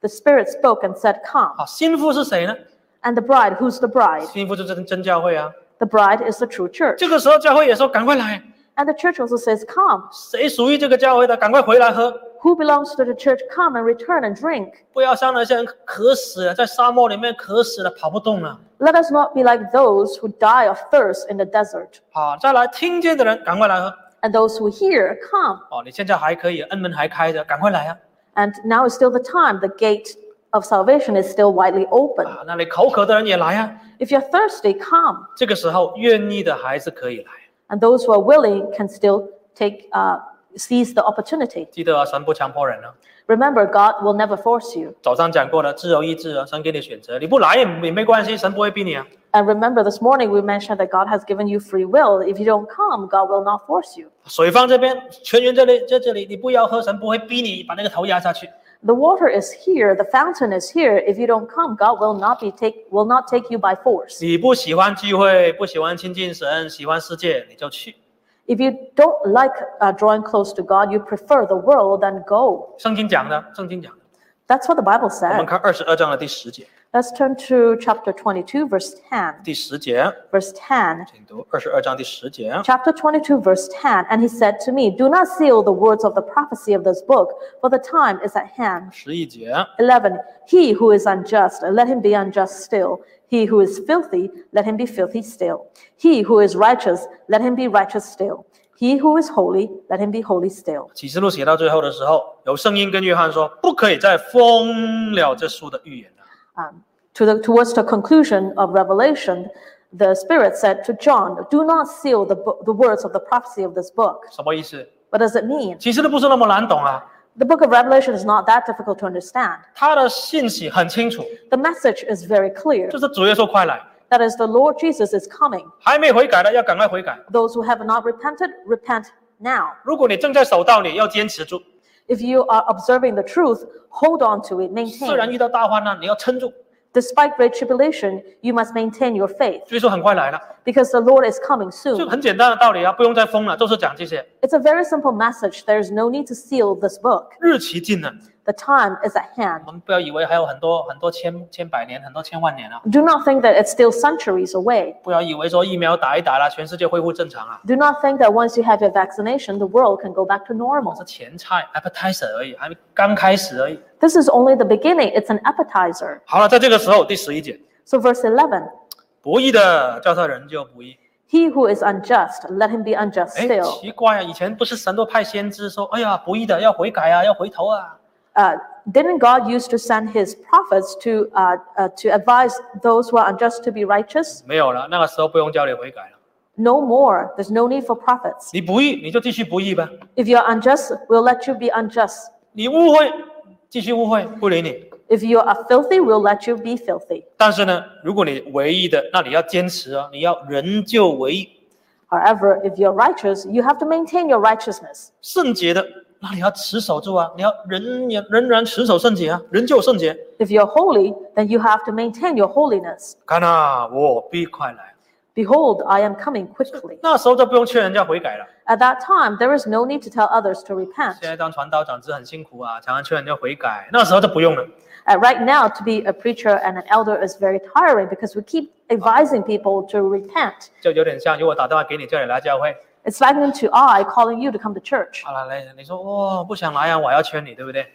Speaker 2: The Spirit spoke and said, Come.
Speaker 1: 啊，心腹是谁呢？
Speaker 2: And the bride, who's the bride?
Speaker 1: 心腹就是真真教会啊。
Speaker 2: The bride is the true church.
Speaker 1: 这个时候教会也说赶快来，
Speaker 2: And the church also says, Come.
Speaker 1: 谁属于这个教会的赶快回来喝，
Speaker 2: Who belongs to the church, come and return and drink.
Speaker 1: 不要像那些人渴死了，在沙漠里面渴死了，跑不动了。
Speaker 2: Let us not be like those who die of thirst in the desert.
Speaker 1: 啊，再来听见的人赶快来喝。
Speaker 2: And those who hear, come.
Speaker 1: 哦，你现在还可以，恩门还开着，赶快来啊！
Speaker 2: And now is still the time. The gate of salvation is still widely open.
Speaker 1: 啊，那你口渴的人也来啊。
Speaker 2: If you're thirsty, come.
Speaker 1: 这个时候愿意的还是可以来。
Speaker 2: And those who are willing can still take uh, seize the opportunity.
Speaker 1: 记得啊，神不强迫人啊。
Speaker 2: Remember, God will never force you.
Speaker 1: 早上讲过了，自由意志啊，神给你选择，你不来也也没关系，神不会逼你啊。
Speaker 2: And remember, this morning we mentioned that God has given you free will. If you don't come, God will not force you.
Speaker 1: 水放这边，泉源这里，在这里，你不要喝，神不会逼你把那个头压下去。
Speaker 2: The water is here, the fountain is here. If you don't come, God will not be take will not take you by force.
Speaker 1: 你不喜欢聚会，不喜欢亲近神，喜欢世界，你就去。
Speaker 2: If you don't like uh, drawing close to God, you prefer the world, then go.
Speaker 1: 圣经讲的，圣经讲的。
Speaker 2: That's what the Bible
Speaker 1: 我们
Speaker 2: said.
Speaker 1: 看二十二章的第十节，
Speaker 2: Let's turn to chapter 22, verse 10.
Speaker 1: 第十节，
Speaker 2: Verse 10.
Speaker 1: 请读二十二章第十节。
Speaker 2: Chapter 22, verse 10. And he said to me, Do not seal the words of the prophecy of this book, for the time is at hand.
Speaker 1: 十一节，
Speaker 2: 11. He who is unjust, let him be unjust still. He who is filthy, let him be filthy still. He who is righteous, let him be righteous still. He who is holy, let him be holy still.
Speaker 1: 启示录写到最后的时候，有声音跟约翰说：“不可以再封了这书的预言了。
Speaker 2: Um, to the, towards the conclusion of Revelation, the Spirit said to John, Do not seal the, bo- the words of the prophecy of this book. ”
Speaker 1: 什么意思？
Speaker 2: What does it mean?
Speaker 1: 启示录不是那么难懂啊，
Speaker 2: The book of Revelation is not that difficult to understand.
Speaker 1: 它的信息很清楚，
Speaker 2: The message is very clear.
Speaker 1: 就是主耶稣快来，
Speaker 2: That is, the Lord Jesus is coming.
Speaker 1: 还没悔改的要赶快悔改。
Speaker 2: Those who have not repented, repent now.
Speaker 1: 如果你正在守道理，要坚持住。
Speaker 2: If you are observing the truth, hold on to it,
Speaker 1: 虽然
Speaker 2: maintain.
Speaker 1: 遇到大患难，你要撑住。
Speaker 2: Despite great tribulation, you must maintain your faith
Speaker 1: 所以说很快来了，
Speaker 2: because the Lord is coming
Speaker 1: 就
Speaker 2: soon.
Speaker 1: 很简单的道理啊，不用再封了，就是讲这些。
Speaker 2: It's a very simple message. There is no need to seal this book.
Speaker 1: 日期近了，
Speaker 2: The time is at hand.
Speaker 1: 我们不要以为还有很多很多千千百年、很多千万年啊，
Speaker 2: Do not think that it's still centuries away.
Speaker 1: 不要以为说疫苗打一打了，全世界恢复正常啊，
Speaker 2: Do not think that once you have your vaccination, the world can go back to
Speaker 1: 是
Speaker 2: normal.
Speaker 1: 前菜 appetizer 而已，还刚开始而已。
Speaker 2: This is only the beginning, it's an appetizer.
Speaker 1: 好了，在这个时候，第十一节，
Speaker 2: So, verse 11
Speaker 1: 不义的叫他人就不义。
Speaker 2: He who is unjust, let him be unjust
Speaker 1: 哎，
Speaker 2: still.
Speaker 1: 奇怪啊，以前不是神都派先知说，哎呀，不义的要悔改啊，要回头啊。
Speaker 2: Uh, didn't God used to send his prophets to, uh, uh, to advise those who are unjust to be righteous?
Speaker 1: 没有了，那个时候不用叫你悔改了，
Speaker 2: No more. There's no need for prophets.
Speaker 1: 你不义你就继续不义吧，
Speaker 2: If you're unjust, we'll let you be unjust.
Speaker 1: 你误会继续误会，不理你。
Speaker 2: If you are filthy, we'll let you be filthy.
Speaker 1: 但是呢，如果你唯一的，那你要坚持啊，你要仍旧唯一
Speaker 2: However, if you're righteous, you have to maintain your righteousness.
Speaker 1: 圣洁的，那你要持守住啊，你要仍然仍然持守圣洁啊，仍旧圣洁。
Speaker 2: If you're holy, then you have to maintain your holiness.
Speaker 1: 看啊，我必快来。
Speaker 2: Behold, I am coming quickly.
Speaker 1: 那时候就不用劝人家悔改了。
Speaker 2: At that time, there is no need to tell others to repent.
Speaker 1: 现在当传道长子很辛苦啊，常常劝人家悔改，那时候就不用了。
Speaker 2: Uh, right now, to be a preacher and an elder is very tiring because we keep advising people to repent.
Speaker 1: 就有点像，如果打电话给你叫你来教会，
Speaker 2: It's like them to I calling you to come to church.
Speaker 1: 好了，来，你说哇、不想来啊，我还要劝你，对不对？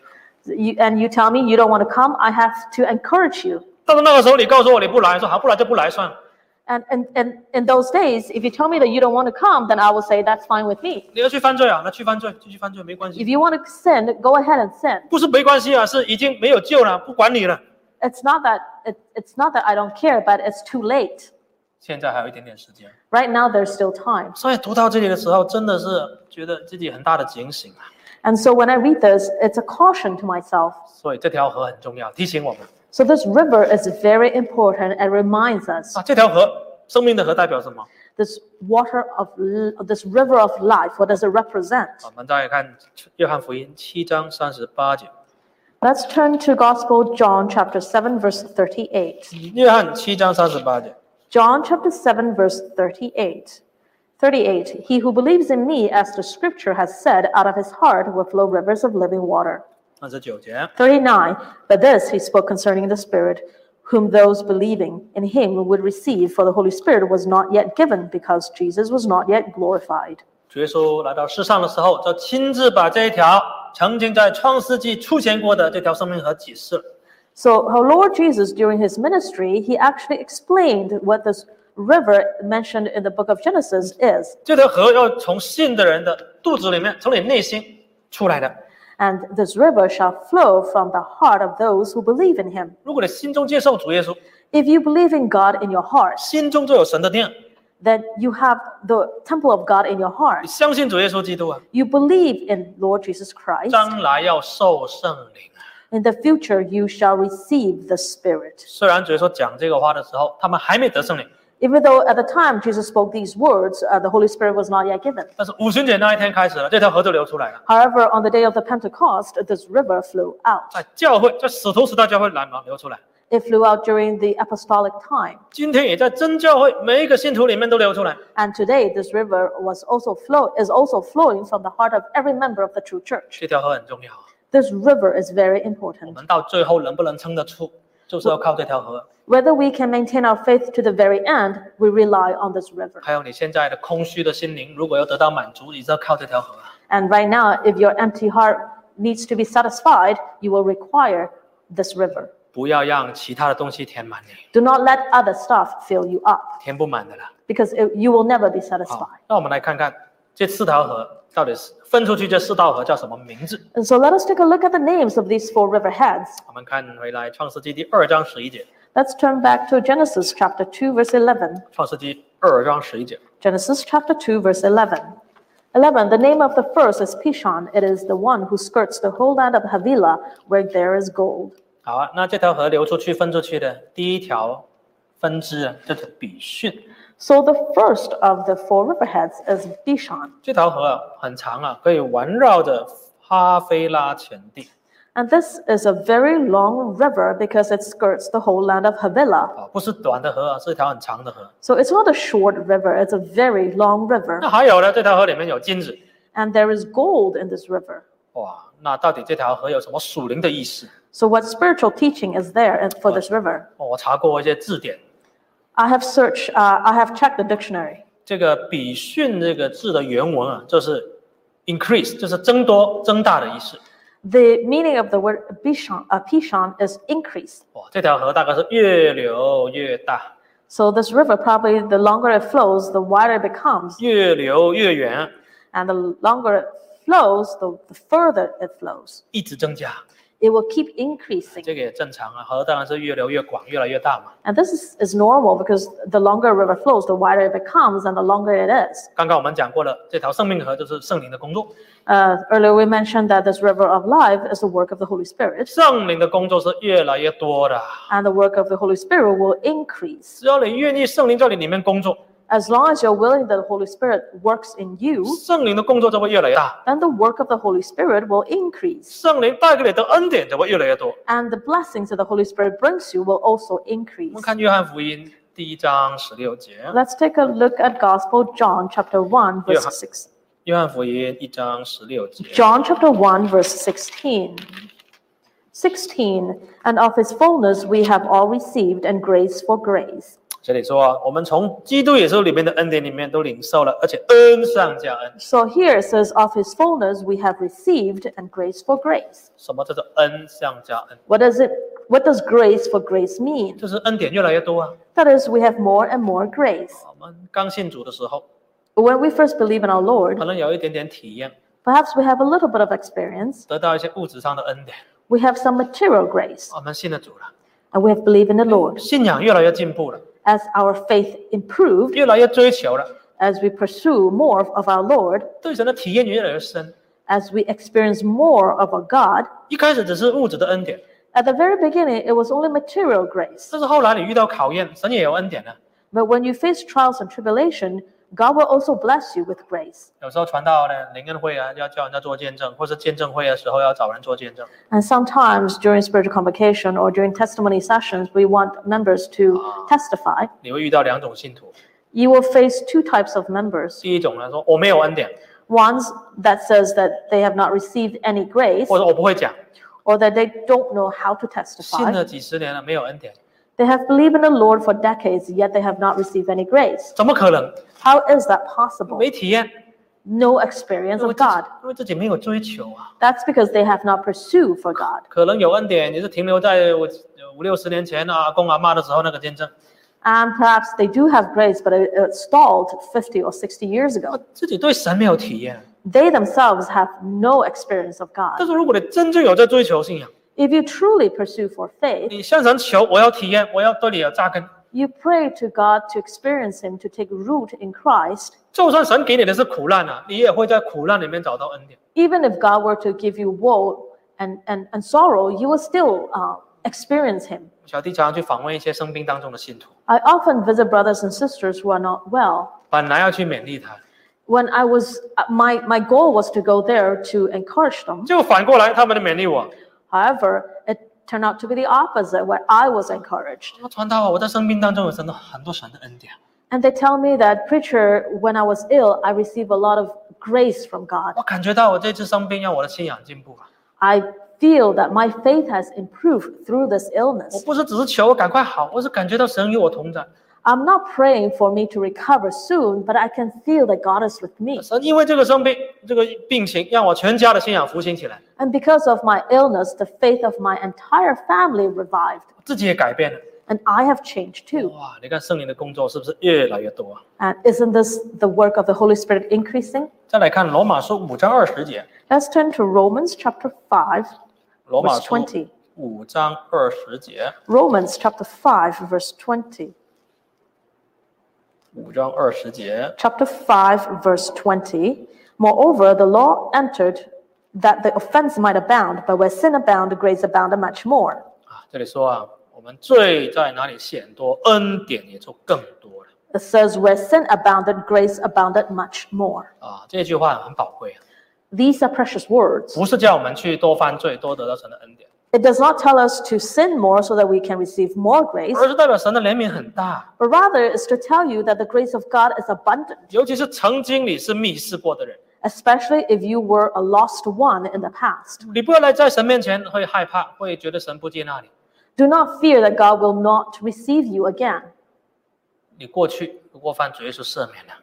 Speaker 2: You, and you tell me you don't want to come, I have to encourage you.
Speaker 1: 但是那个时候你告诉我你不来，说好不来就不来算了。
Speaker 2: And, and, and in those days, if you tell me that you don't want to come, then I will say that's fine with me.
Speaker 1: 你要去犯罪啊，那去犯罪，继续犯罪没关系
Speaker 2: If，you want to sin, go ahead and sin.
Speaker 1: 不是没关系啊，是已经没有救了，不管你了。
Speaker 2: It's not that it, it's not that I don't care, but it's too late.
Speaker 1: 现在还有一点点时间，
Speaker 2: Right now, there's still time.
Speaker 1: 所以读到这里的时候，真的是觉得自己很大的警醒啊。
Speaker 2: And so when I read this, it's a caution to myself.
Speaker 1: 所以这条河很重要，提醒我们
Speaker 2: So this river is very important and reminds us
Speaker 1: 啊，这条河，生命的河代表什么？
Speaker 2: this water of l- this river of life. What does it represent?
Speaker 1: 啊我们再看约翰福音七章三十八节，
Speaker 2: Let's turn to Gospel John chapter seven verse thirty-eight.
Speaker 1: 约翰七章三十八节。
Speaker 2: John chapter seven verse thirty-eight. 38 He who believes in me, as the scripture has said, out of his heart will flow rivers of living water.
Speaker 1: 二十九节，
Speaker 2: 39 But this he spoke concerning the Spirit, whom those believing in him would receive, for the Holy Spirit was not yet given, because Jesus was not yet glorified.
Speaker 1: 主耶稣来到世上的时候，就亲自把这一条曾经在创世纪出现过的这条生命河解释了。
Speaker 2: So, our Lord Jesus, during his ministry, he actually explained what this river mentioned in the book of Genesis is.
Speaker 1: 这条河要从信的人的肚子里面，从你内心出来的。
Speaker 2: And this river shall flow from the heart of those who believe in him.
Speaker 1: 如果你心中接受主耶稣，
Speaker 2: If you believe in God in your heart,
Speaker 1: 心中就有神的殿，
Speaker 2: then you have the temple of God in your
Speaker 1: 你
Speaker 2: heart.
Speaker 1: 相信主耶稣基督啊，
Speaker 2: You believe in Lord Jesus Christ.
Speaker 1: 将来要受圣灵啊。
Speaker 2: In the future, you shall receive the Spirit.
Speaker 1: 虽然主耶稣讲这个话的时候，他们还没得圣灵，
Speaker 2: Even though at the time Jesus spoke these words, uh, the Holy Spirit was not yet given.
Speaker 1: 但是五旬节那一天开始了，这条河就流出来了。
Speaker 2: However, on the day of the Pentecost, this river flew out.
Speaker 1: 在啊教会，在使徒时代教会来嘛流出来，
Speaker 2: It flew out during the apostolic time.
Speaker 1: 今天也在真教会每一个信徒里面都流出来。
Speaker 2: And today, this river was also flow is also flowing from the heart of every member of the true church.
Speaker 1: 这条河很重要啊。
Speaker 2: This river is very
Speaker 1: 我
Speaker 2: important.
Speaker 1: 们到最后能不能撑得住，就是要靠这条河，
Speaker 2: Whether we can maintain our faith to the very end, we rely on this river.
Speaker 1: 还有你现在的空虚的心灵，如果要得到满足，也是要靠这条河啊。
Speaker 2: And right now, if your empty heart needs to be satisfied, you will require this river.
Speaker 1: 不要让其他的东西填满你，
Speaker 2: Do not let other stuff fill you up
Speaker 1: 填不满的啦。
Speaker 2: because it, you will never be
Speaker 1: 好
Speaker 2: satisfied.，
Speaker 1: 那我们来看看这四条河到底是分出去这四道河叫什么名字？
Speaker 2: And so let us take a look at the names of these four river heads.
Speaker 1: 我们看回来《创世纪》第二章十一节，《
Speaker 2: Let's turn back to Genesis chapter 2, verse 11.
Speaker 1: 创世纪》二章十一节，
Speaker 2: Genesis chapter 2, verse 11. 11. The name of the first is Pishon. It is the one who skirts the whole land of Havilah, where there is gold.
Speaker 1: 好啊。那这条河流出去分出去的第一条分支啊，叫做比逊。
Speaker 2: So the first of the four river heads is Pishon.
Speaker 1: 这条河啊很长啊，可以环绕着哈菲拉全地。
Speaker 2: And this is a very long river because it skirts the whole land of Havilah.
Speaker 1: 啊，不是短的河啊，是一条很长的河。
Speaker 2: So it's not a short river, it's a very long river.
Speaker 1: 那还有呢，这条河里面有金子，
Speaker 2: And there is gold in this river.
Speaker 1: 哇，那到底这条河有什么属灵的意思？
Speaker 2: So, what spiritual teaching is there in- for this river?
Speaker 1: 哦我查过一些字典，
Speaker 2: I have searched, uh, I have checked the dictionary.
Speaker 1: 这个“比训”这个字的原文啊，就是 increase，就是增多、增大的意思。
Speaker 2: The meaning of the word Pishon, uh, Pishon is increase.
Speaker 1: 哇，这条河大概是越流越大，
Speaker 2: So, this river probably the longer it flows, the wider it becomes.
Speaker 1: 越流越远，啊
Speaker 2: And the longer it flows, the, the further it flows.
Speaker 1: 一直增加。
Speaker 2: It will keep increasing.
Speaker 1: 这个也正常啊，河当然是越流越广，越来越大嘛。
Speaker 2: And this is, is normal because the longer a river flows, the wider it becomes and the longer it is.
Speaker 1: 刚刚我们讲过了，这条生命河就是圣灵的工作，
Speaker 2: Uh, earlier, we mentioned that this river of life is the work of the Holy Spirit,
Speaker 1: 圣灵的工作是越来越多的。
Speaker 2: and the work of the Holy Spirit will increase.
Speaker 1: 只要你愿意，圣灵在你里面工作，
Speaker 2: As long as you're willing that the Holy Spirit works in you,
Speaker 1: 圣灵的工作就会越来越大，
Speaker 2: then the work of the Holy Spirit will increase,
Speaker 1: 圣灵带给你的恩典就会越来越多。
Speaker 2: and the blessings that the Holy Spirit brings you will also
Speaker 1: 我
Speaker 2: increase.
Speaker 1: 们看约翰福音第一章十六节，
Speaker 2: Let's take a look at Gospel John chapter 1 verse
Speaker 1: Yeah.
Speaker 2: 6.
Speaker 1: 约翰福音一章十六节，
Speaker 2: John chapter 1 verse 16. 16 and of his fullness we have all received and grace for grace.
Speaker 1: 这里说，我们从基督耶稣里面的恩典里面都领受了，而且恩上加恩。
Speaker 2: So here it says of his fullness we have received and grace for grace.
Speaker 1: 什么叫做恩上加恩？
Speaker 2: What does it what does grace for grace mean?
Speaker 1: 就是恩典越来越多啊。
Speaker 2: That is we have more and more grace.
Speaker 1: 我们刚信主的时候，
Speaker 2: When we first believe in our
Speaker 1: 可
Speaker 2: Lord,
Speaker 1: 能有一点点体验，
Speaker 2: perhaps we have a little bit of experience.
Speaker 1: 得到一些物质上的恩典。
Speaker 2: We have some material grace
Speaker 1: 我们信了主了，
Speaker 2: and we have believed in the Lord.
Speaker 1: 信仰越来越进步了，
Speaker 2: As our faith improved,
Speaker 1: 越来越追求了，
Speaker 2: as we pursue more of our Lord,
Speaker 1: 对神的体验也越来越深。
Speaker 2: as we experience more of our God,
Speaker 1: 一开始只是物质的恩典，
Speaker 2: at the very beginning, it was only material grace.
Speaker 1: 但是后来你遇到考验，神也有恩典啊的。
Speaker 2: But when you face trials and tribulation, God will also bless you with grace.
Speaker 1: 有时候传道呢，灵恩会啊，要叫人家做见证，或是见证会的时候要找人做见证
Speaker 2: And sometimes during spiritual convocation or during testimony sessions, we want members to testify.
Speaker 1: 你会遇到两种信徒，
Speaker 2: You will face two types of members
Speaker 1: 第一种呢说我没有恩典，
Speaker 2: ones that says that they have not received any grace
Speaker 1: 或者我不会讲，
Speaker 2: or that they don't know how to
Speaker 1: 信
Speaker 2: testify.
Speaker 1: 了几十年了没有恩典，
Speaker 2: They have believed in the Lord for decades, yet they have not received any grace.
Speaker 1: 怎么可能？
Speaker 2: How is that possible?
Speaker 1: 没体验，
Speaker 2: no experience
Speaker 1: 因为
Speaker 2: of
Speaker 1: 自己
Speaker 2: God.
Speaker 1: 因为自己没有追求啊，
Speaker 2: That's because they have not pursued for God.
Speaker 1: 可能有恩典也是停留在我五六十年前啊阿公阿妈的时候那个见证，
Speaker 2: And perhaps they do have grace, but it, it stalled 50 or 60 years
Speaker 1: 啊
Speaker 2: ago.
Speaker 1: 自己对神没有体验。
Speaker 2: They themselves have no experience of
Speaker 1: 但
Speaker 2: God.
Speaker 1: 是如果你真正有在追求信仰，
Speaker 2: If you truly pursue for faith,
Speaker 1: 你向神求，我要体验，我要对你有扎根，
Speaker 2: you pray to God to experience Him, to take root in Christ.
Speaker 1: 就算神给你的是苦难啊，你也会在苦难里面找到恩典。
Speaker 2: Even if God were to give you woe and, and, and sorrow, you will still uh, experience Him.
Speaker 1: 小弟常常去访问一些生病当中的信徒，
Speaker 2: I often visit brothers and sisters who are not well.
Speaker 1: 本来要去勉励他，
Speaker 2: When I was, uh, my, my goal was to go there to encourage them.
Speaker 1: 结果反过来他们的勉励我，
Speaker 2: However, it turned out to be the opposite, where I was encouraged.
Speaker 1: 说传道啊，我在生病当中有神的很多神的恩典，
Speaker 2: And they tell me that, preacher, when I was ill, I received a lot of grace from God.
Speaker 1: 我感觉到我这次生病让我的信仰进步啊了。
Speaker 2: I feel that my faith has improved through this
Speaker 1: 我
Speaker 2: illness.
Speaker 1: 不是只是求我赶快好，我是感觉到神与我同在，
Speaker 2: I'm not praying for me to recover soon, but I can feel that God is with me.
Speaker 1: 神因为这个生病这个病情，让我全家的信仰复兴起来，
Speaker 2: And because of my illness, the faith of my entire family revived,
Speaker 1: 自己也改变了。
Speaker 2: and I have changed too.
Speaker 1: 哇，你看圣灵的工作是不是越来越多啊？
Speaker 2: And isn't this the work of the Holy Spirit increasing?
Speaker 1: 再来看罗马书五章二十节，
Speaker 2: Let's turn to Romans chapter 5,
Speaker 1: 罗马
Speaker 2: verse
Speaker 1: 书
Speaker 2: 20.
Speaker 1: 五章二十节，
Speaker 2: Romans chapter 5, verse 20.
Speaker 1: 五章二十节，
Speaker 2: Chapter 5, verse 20. Moreover, the law entered that the offense might abound, but where sin abounded, grace abounded much more.
Speaker 1: 啊，这里说啊，我们罪在哪里显多，恩典也就更多了
Speaker 2: It says, where sin abounded, grace abounded much more.
Speaker 1: 啊。这句话很宝贵啊，
Speaker 2: These are precious words.
Speaker 1: 不是叫我们去多犯罪，多得到神的恩典，
Speaker 2: It does not tell us to sin more so that we can receive more grace,
Speaker 1: 而是代表神的怜悯很大。
Speaker 2: but rather is to tell you that the grace of God is abundant,
Speaker 1: 尤其是曾经你是密视过的人，
Speaker 2: especially if you were a lost one in the past.
Speaker 1: 你不要来在神面前会害怕，会觉得神不接纳你。
Speaker 2: Do not fear that God will not receive you again.
Speaker 1: 你过去如果犯罪是赦免的，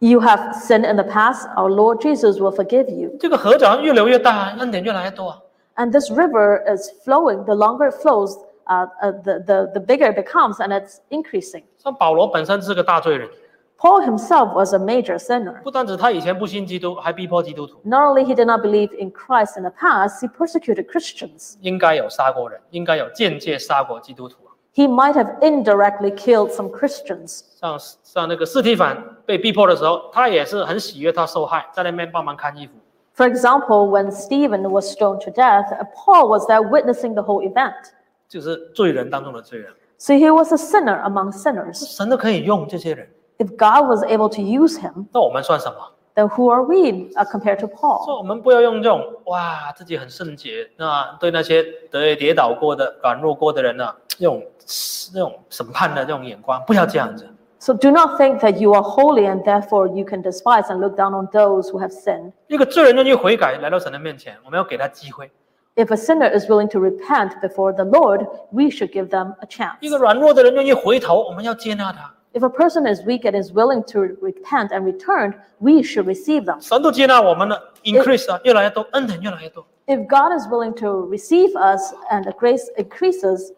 Speaker 2: You have sinned in the past, our Lord Jesus will forgive you.
Speaker 1: 这个河长越流越大，恩典越来越多啊。
Speaker 2: And this river is flowing, the longer it flows, uh, uh, the, the, the bigger it becomes, and it's increasing.
Speaker 1: 像保罗本身是个大罪人，
Speaker 2: Paul himself was a major sinner.
Speaker 1: 不单止他以前不信基督，还逼迫基督徒，
Speaker 2: Not only he did not believe in Christ in the past, he persecuted Christians.
Speaker 1: 应该有杀过人，应该有间接杀过基督徒啊。
Speaker 2: He might have indirectly killed some Christians.
Speaker 1: 像像那个斯提凡被逼迫的时候，他也是很喜悦他受害，在那边帮忙看衣服。
Speaker 2: For example, when Stephen was stoned to death, uh, Paul was there witnessing the whole event.
Speaker 1: 就是罪人当中的罪人，
Speaker 2: So he was a sinner among sinners.
Speaker 1: 神都可以用这些人，
Speaker 2: If God was able to use him,
Speaker 1: 那我们算什么？
Speaker 2: then who are we uh, compared to
Speaker 1: 所
Speaker 2: Paul?
Speaker 1: 以我们不要用这种哇，自己很圣洁，那对那些得跌倒过的、软弱过的人呢、这种那种审判的这种眼光，不要这样子。
Speaker 2: So do not think that you are holy and therefore you can despise and look down on those who have sinned.
Speaker 1: 一个罪人愿意悔改，来到神的面前，我们要给他机会；
Speaker 2: If a sinner is willing to repent before the Lord, we should give them a chance.
Speaker 1: 一个软弱的人愿意回头，我们要接纳他。
Speaker 2: If a person is weak and is willing to repent and return, we should receive them.
Speaker 1: 神都接纳我们了，increase 啊，越来越多，恩典越来越多。
Speaker 2: If God is willing to receive us and the grace increases,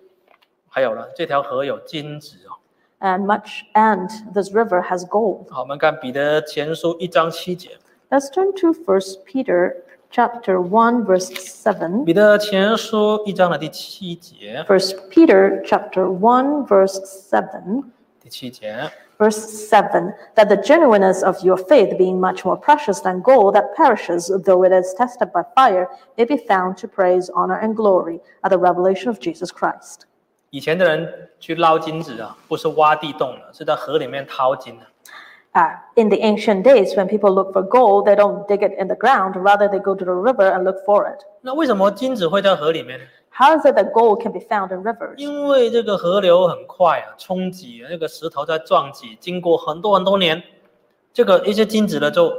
Speaker 1: 还有呢，这条河有金子哦。
Speaker 2: and much and this river has gold.
Speaker 1: 好，我们看彼得前书一章七节。
Speaker 2: Let's turn to First Peter chapter 1 verse 7.
Speaker 1: 彼得前书一章的第七节，
Speaker 2: First Peter chapter 1 verse 7.
Speaker 1: 第七节，
Speaker 2: Verse 7 That the genuineness of your faith, being much more precious than gold that perishes, though it is tested by fire, may be found to praise, honor, and glory at the revelation of Jesus Christ.
Speaker 1: 以前的人去捞金子啊，不是挖地洞了，是在河里面淘金的。
Speaker 2: Uh, in the ancient days, when people look for gold, they don't dig it in the ground, rather, they go to the river and look for it.
Speaker 1: 那为什么金子会在河里面呢？
Speaker 2: How is it that gold can be found in rivers?
Speaker 1: 因为这个河流很快啊，冲击那个石头在撞击，经过很多很多年，这个一些金子呢就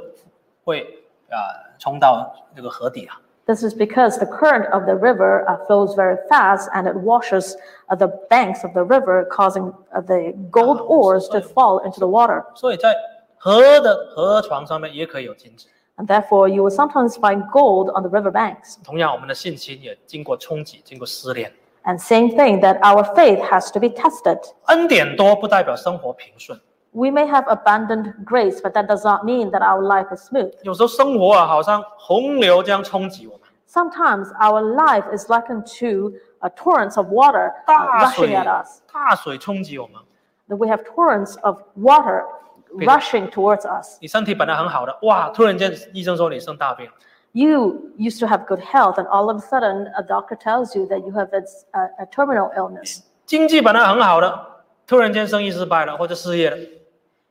Speaker 1: 会啊、冲到这个河底啊。
Speaker 2: This is because the current of the river uh, flows very fast and it washes uh, the banks of the river, causing uh, the gold ores to fall into the water.
Speaker 1: 所以在河的河床上面也可以有金子。
Speaker 2: And therefore, you will sometimes find gold on the riverbanks.
Speaker 1: 同样，我们的信心也经过冲击，经过失恋。
Speaker 2: And same thing that our faith has to be tested.
Speaker 1: 恩典多不代表生活平顺，
Speaker 2: We may have abundant grace, but that does not mean that our life is smooth.
Speaker 1: 有时候生活啊，好像洪流这样冲击我们，
Speaker 2: Sometimes our life is likened to uh, torrents of water uh,
Speaker 1: 大
Speaker 2: rushing
Speaker 1: 水啊
Speaker 2: at us.
Speaker 1: 大水冲击我们。
Speaker 2: That we have torrents of water rushing towards us.
Speaker 1: 你身体本来很好的，哇，突然间医生说你生大病，
Speaker 2: You used to have good health, and all of a sudden, a doctor tells you that you have a, a- a terminal illness.
Speaker 1: 经济本来很好的，突然间生意失败了或者失业了，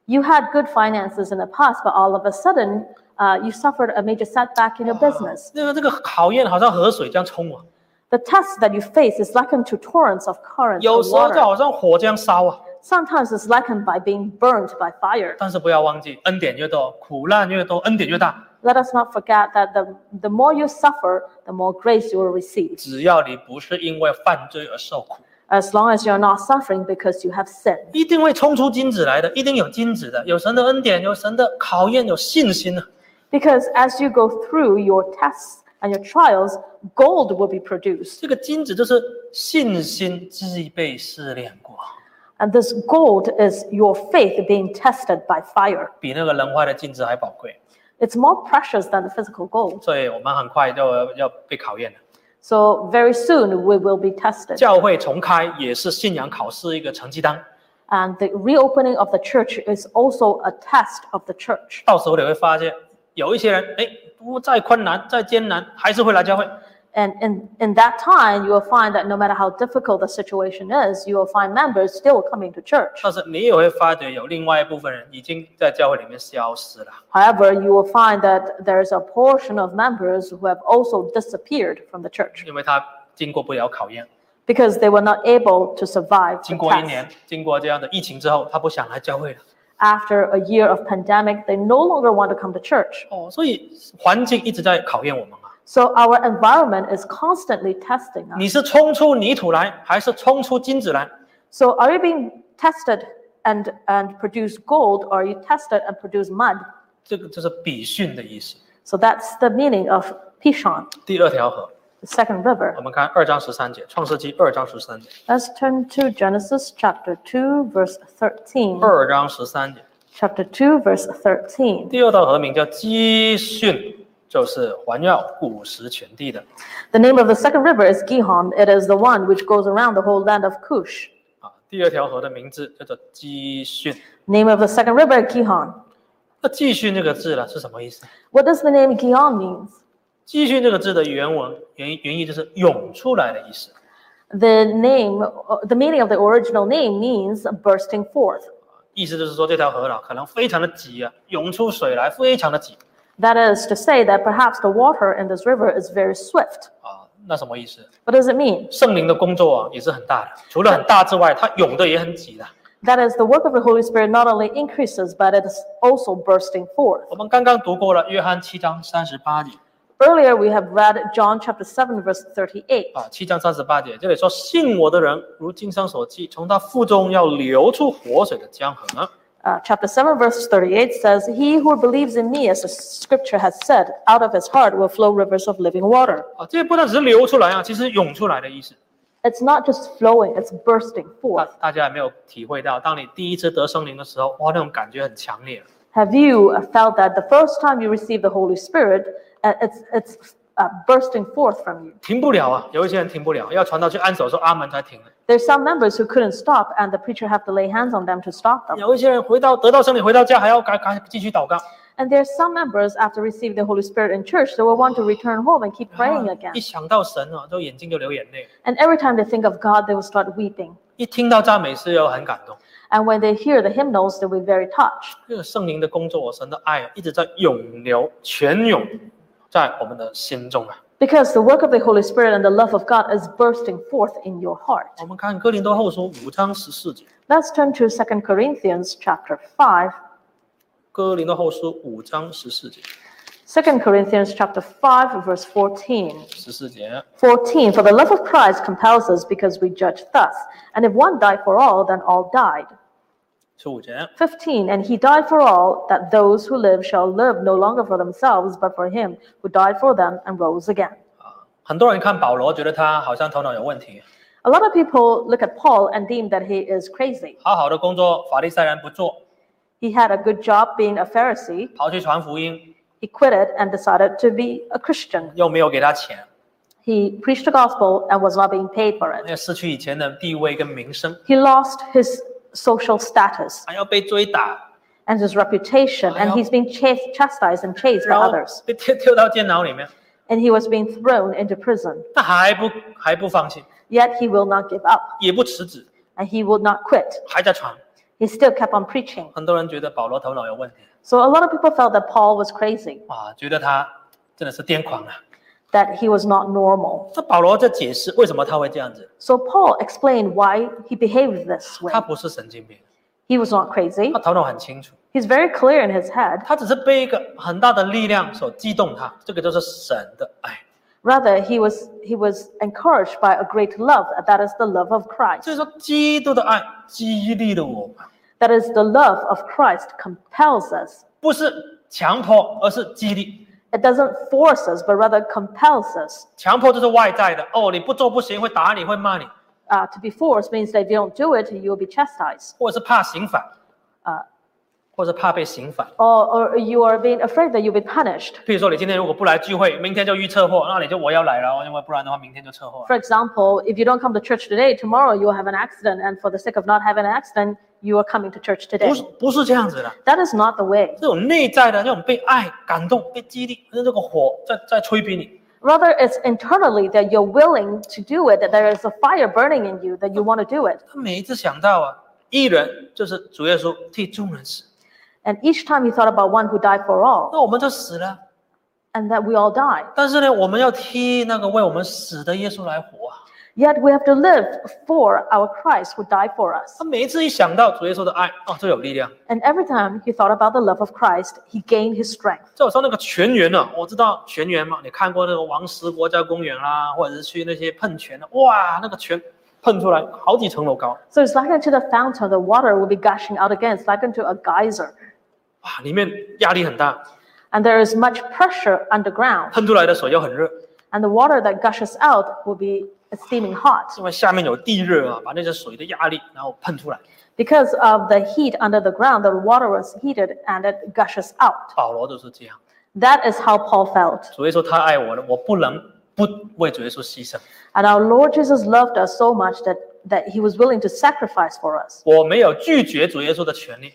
Speaker 2: You had good finances in the past, but all of a sudden, uh, you suffered a major setback in your business.
Speaker 1: 那个这个考验好像河水这样冲啊我，
Speaker 2: The test that you face is likened to torrents of current
Speaker 1: 有
Speaker 2: of
Speaker 1: 时候就
Speaker 2: water.
Speaker 1: 好像火这样烧啊。
Speaker 2: Sometimes it's likened by being burned by fire.
Speaker 1: 但是不要忘记，恩典越多，苦难越多，恩典越大。
Speaker 2: Let us not forget that the, the more you suffer, the more grace you will receive,
Speaker 1: 只要你不是因为犯罪而受苦，
Speaker 2: as long as you're not suffering because you have sinned.
Speaker 1: 一定会冲出金子来的，一定有金子的，有神的恩典，有神的考验，有信心啊。
Speaker 2: Because as you go through your tests and your trials, gold will be produced.
Speaker 1: 这个金子就是信心既被试炼过，
Speaker 2: And this gold is your faith being tested by fire.
Speaker 1: 比那个人坏的金子还宝贵，
Speaker 2: It's more precious than the physical gold.
Speaker 1: 所以我们很快就要要被考验了。
Speaker 2: So very soon we will be tested.
Speaker 1: 教会重开也是信仰考试一个成绩单，
Speaker 2: And the reopening of the church is also a test of the church.
Speaker 1: 到时候你会发现，有一些人哎，不再困难再艰难，还是会来教会。
Speaker 2: And in, in that time, you will find that no matter how difficult the situation is, you will find members still coming to church.
Speaker 1: 但是你也会发觉有另外一部分人已经在教会里面消失了。
Speaker 2: However, you will find that there is a portion of members who have also disappeared from the church
Speaker 1: 因为他经过不了考验，
Speaker 2: because they were not able to survive
Speaker 1: 经
Speaker 2: the
Speaker 1: 过一
Speaker 2: test.
Speaker 1: 年，经过这样的疫情之后，他不想来教会了。
Speaker 2: After a year of pandemic, they no longer want to come to church.
Speaker 1: 哦，所以环境一直在考验我们啊。
Speaker 2: So our environment is constantly testing us.
Speaker 1: 你是冲出泥土来，还是冲出金子来？
Speaker 2: So are you being tested and, and produce gold, or are you tested and produce mud?
Speaker 1: 这个就是比训的意思。
Speaker 2: So that's the meaning of Pishon,
Speaker 1: 第二条河，
Speaker 2: the second river.
Speaker 1: 我们看二章十三节，《创世纪》二章十三节，
Speaker 2: Let's turn to Genesis chapter 2, verse 13.
Speaker 1: 二章十三节，
Speaker 2: Chapter 2, verse 13.
Speaker 1: 第二道河名叫基训，就是环绕古时全地的
Speaker 2: The name of the second river is Gihon. It is the one which goes around the whole land of Cush.
Speaker 1: 啊。第二条河的名字叫做基训。
Speaker 2: Name of the second river, Gihon.
Speaker 1: 那“基训”这个字呢是什么意思？
Speaker 2: What does the name Gihon mean?
Speaker 1: 基训这个字的原文原原意就是涌出来的意思。
Speaker 2: The name, uh, the meaning of the original name means bursting forth.
Speaker 1: 意思就是说这条河呢可能非常的急啊，涌出水来非常的急
Speaker 2: That is to say that perhaps the water in this river is very swift.
Speaker 1: 啊。那什么意思？
Speaker 2: What does it mean?
Speaker 1: 圣灵的工作啊也是很大的，除了很大之外，它涌的也很急的。
Speaker 2: That is, the work of the Holy Spirit not only increases, but it is also bursting forth.
Speaker 1: 我们刚刚读过了约翰七章三十八节
Speaker 2: Earlier, we have read John chapter 7, verse 38.
Speaker 1: 啊，七章三十八节这里说信我的人如经上所记，从他腹中要流出活水的江河。
Speaker 2: Uh, chapter 7, verse 38 says, He who believes in me, as the scripture has said, out of his heart will flow rivers of living water.
Speaker 1: 啊，这不但只是流出来啊，其实涌出来的意思。
Speaker 2: It's not just flowing, it's bursting
Speaker 1: 大
Speaker 2: forth.
Speaker 1: 大家有没有体会到，当你第一次得圣灵的时候，哇，那种感觉很强烈。
Speaker 2: Have you felt that the first time you receive the Holy Spirit, uh, it's, it's uh, bursting forth from you?
Speaker 1: 停不了啊！有一些人停不了，要传到去按手说阿门才停了。
Speaker 2: There's some members who couldn't stop, and the preacher had to lay hands on them to stop them.
Speaker 1: 有一些人回到得到圣灵，回到家还要赶赶继续祷告，
Speaker 2: And there's some members after receiving the Holy Spirit in church, they will want to return home and keep praying
Speaker 1: 啊
Speaker 2: again.
Speaker 1: 一想到神啊，就眼睛就流眼泪。
Speaker 2: And every time they think of God, they will start weeping.
Speaker 1: 一听到赞美诗又很感动，
Speaker 2: And when they hear the hymnals, they will be very touched.
Speaker 1: 这个圣灵的工作，神的爱一直在涌流泉涌在我们的心中啊。
Speaker 2: Because the work of the Holy Spirit and the love of God is bursting forth in your heart.
Speaker 1: 我们看哥林多后书五章十四节，
Speaker 2: Let's turn to 2 Corinthians chapter 5.
Speaker 1: 哥林多后书五章十四节，
Speaker 2: 2 Corinthians chapter 5, verse 14.
Speaker 1: 十四节。
Speaker 2: 14. For the love of Christ compels us because we judge thus. And if one died for all, then all died.
Speaker 1: 十五节，
Speaker 2: 15 and he died for all that those who live shall live no longer for themselves but for him who died for them and rose again
Speaker 1: 很多人看保罗，觉得他好像头脑有问题，
Speaker 2: a lot of people look at paul and deem that he is crazy
Speaker 1: 好好的工作，法利赛人不做，
Speaker 2: he had a good job being a pharisee
Speaker 1: 跑去传福音，
Speaker 2: he quit it and decided to be a christian
Speaker 1: 又没有给他钱，
Speaker 2: he preached the gospel and was not being paid for it
Speaker 1: 要失去以前的地位跟名声，
Speaker 2: he lost his social status
Speaker 1: 还要被追打，
Speaker 2: and his reputation and he's being chased, chastised and chased by
Speaker 1: 然后
Speaker 2: others
Speaker 1: 被丢丢到监牢里面，
Speaker 2: and he was being thrown into prison
Speaker 1: 他还不还不放弃，
Speaker 2: yet he will not give up
Speaker 1: 也不辞职，
Speaker 2: and he will not quit
Speaker 1: 还在传。
Speaker 2: he still kept on preaching
Speaker 1: 很多人觉得保罗头脑有问题
Speaker 2: So a lot of people felt that Paul was crazy,
Speaker 1: 啊，觉得他真的是癫狂了。
Speaker 2: that he was not normal.
Speaker 1: 那保罗在解释为什么他会这样子，
Speaker 2: So Paul explained why he behaved this way.
Speaker 1: 他不是神经病，
Speaker 2: He was not crazy.
Speaker 1: 他头脑很清楚，
Speaker 2: He's very clear in his head.
Speaker 1: 他只是被一个很大的力量所激动他，这个就是神的爱。
Speaker 2: Rather, he was he was encouraged by a great love, that is the love of
Speaker 1: 所
Speaker 2: Christ.
Speaker 1: 以说，基督的爱激励了我们，
Speaker 2: That is the love of Christ compels us.
Speaker 1: 不是强迫，而是激励。
Speaker 2: It doesn't force us, but rather compels us.
Speaker 1: 强迫就是外在的，哦，你不做不行，会打你，会骂你，
Speaker 2: Uh, to be forced means that if you don't do it, you'll be chastised,
Speaker 1: 或者是怕刑罚，
Speaker 2: 啊，
Speaker 1: 或者是怕被刑罚。
Speaker 2: or, or you are being afraid that you'll be punished.
Speaker 1: 譬如说，你今天如果不来聚会，明天就遇车祸，那你就我要来了哦，因为不然的话，明天就车祸了
Speaker 2: For example, if you don't come to church today, tomorrow you will have an accident, and for the sake of not having an accident, you are coming to church
Speaker 1: 不
Speaker 2: today.
Speaker 1: 是不是这样子的，
Speaker 2: That is not the way.
Speaker 1: 这种内在的那种被爱感动、被激励，那这个火在在吹逼你，
Speaker 2: Rather, it's internally that you're willing to do it, that there is a fire burning in you that you want to do it.
Speaker 1: 他每一次想到啊，一人就是主耶稣替众人死，
Speaker 2: And each time he thought about one who died for all,
Speaker 1: 那我们就死了。
Speaker 2: and that we all die.
Speaker 1: 但是呢，我们要替那个为我们死的耶稣来活啊。
Speaker 2: Yet we have to live for our Christ who died for us.
Speaker 1: 他每一次一想到主耶稣的爱，哦，就有力量。
Speaker 2: And every time he thought about the love of Christ, he gained his strength.
Speaker 1: 就好像那个泉源呢、我知道泉源嘛，你看过那个王石国家公园啦、或者是去那些喷泉的，哇，那个泉喷出来好几层楼高，
Speaker 2: So it's like unto the fountain, the water will be gushing out again. It's like unto a geyser.
Speaker 1: 哇，里面压力很大，
Speaker 2: And there is much pressure underground.
Speaker 1: 喷出来的水又很热，
Speaker 2: And the water that gushes out will be steaming hot.
Speaker 1: 因为下面有地热啊，把那些水的压力然后喷出来。
Speaker 2: Because of the heat under the ground, the water was heated and it gushes out.
Speaker 1: 保罗就是这样，
Speaker 2: That is how Paul felt.
Speaker 1: 所以说他爱我了，我不能不为主耶稣牺牲，
Speaker 2: And our Lord Jesus loved us so much that, that he was willing to sacrifice for us.
Speaker 1: 我没有拒绝主耶稣的权利，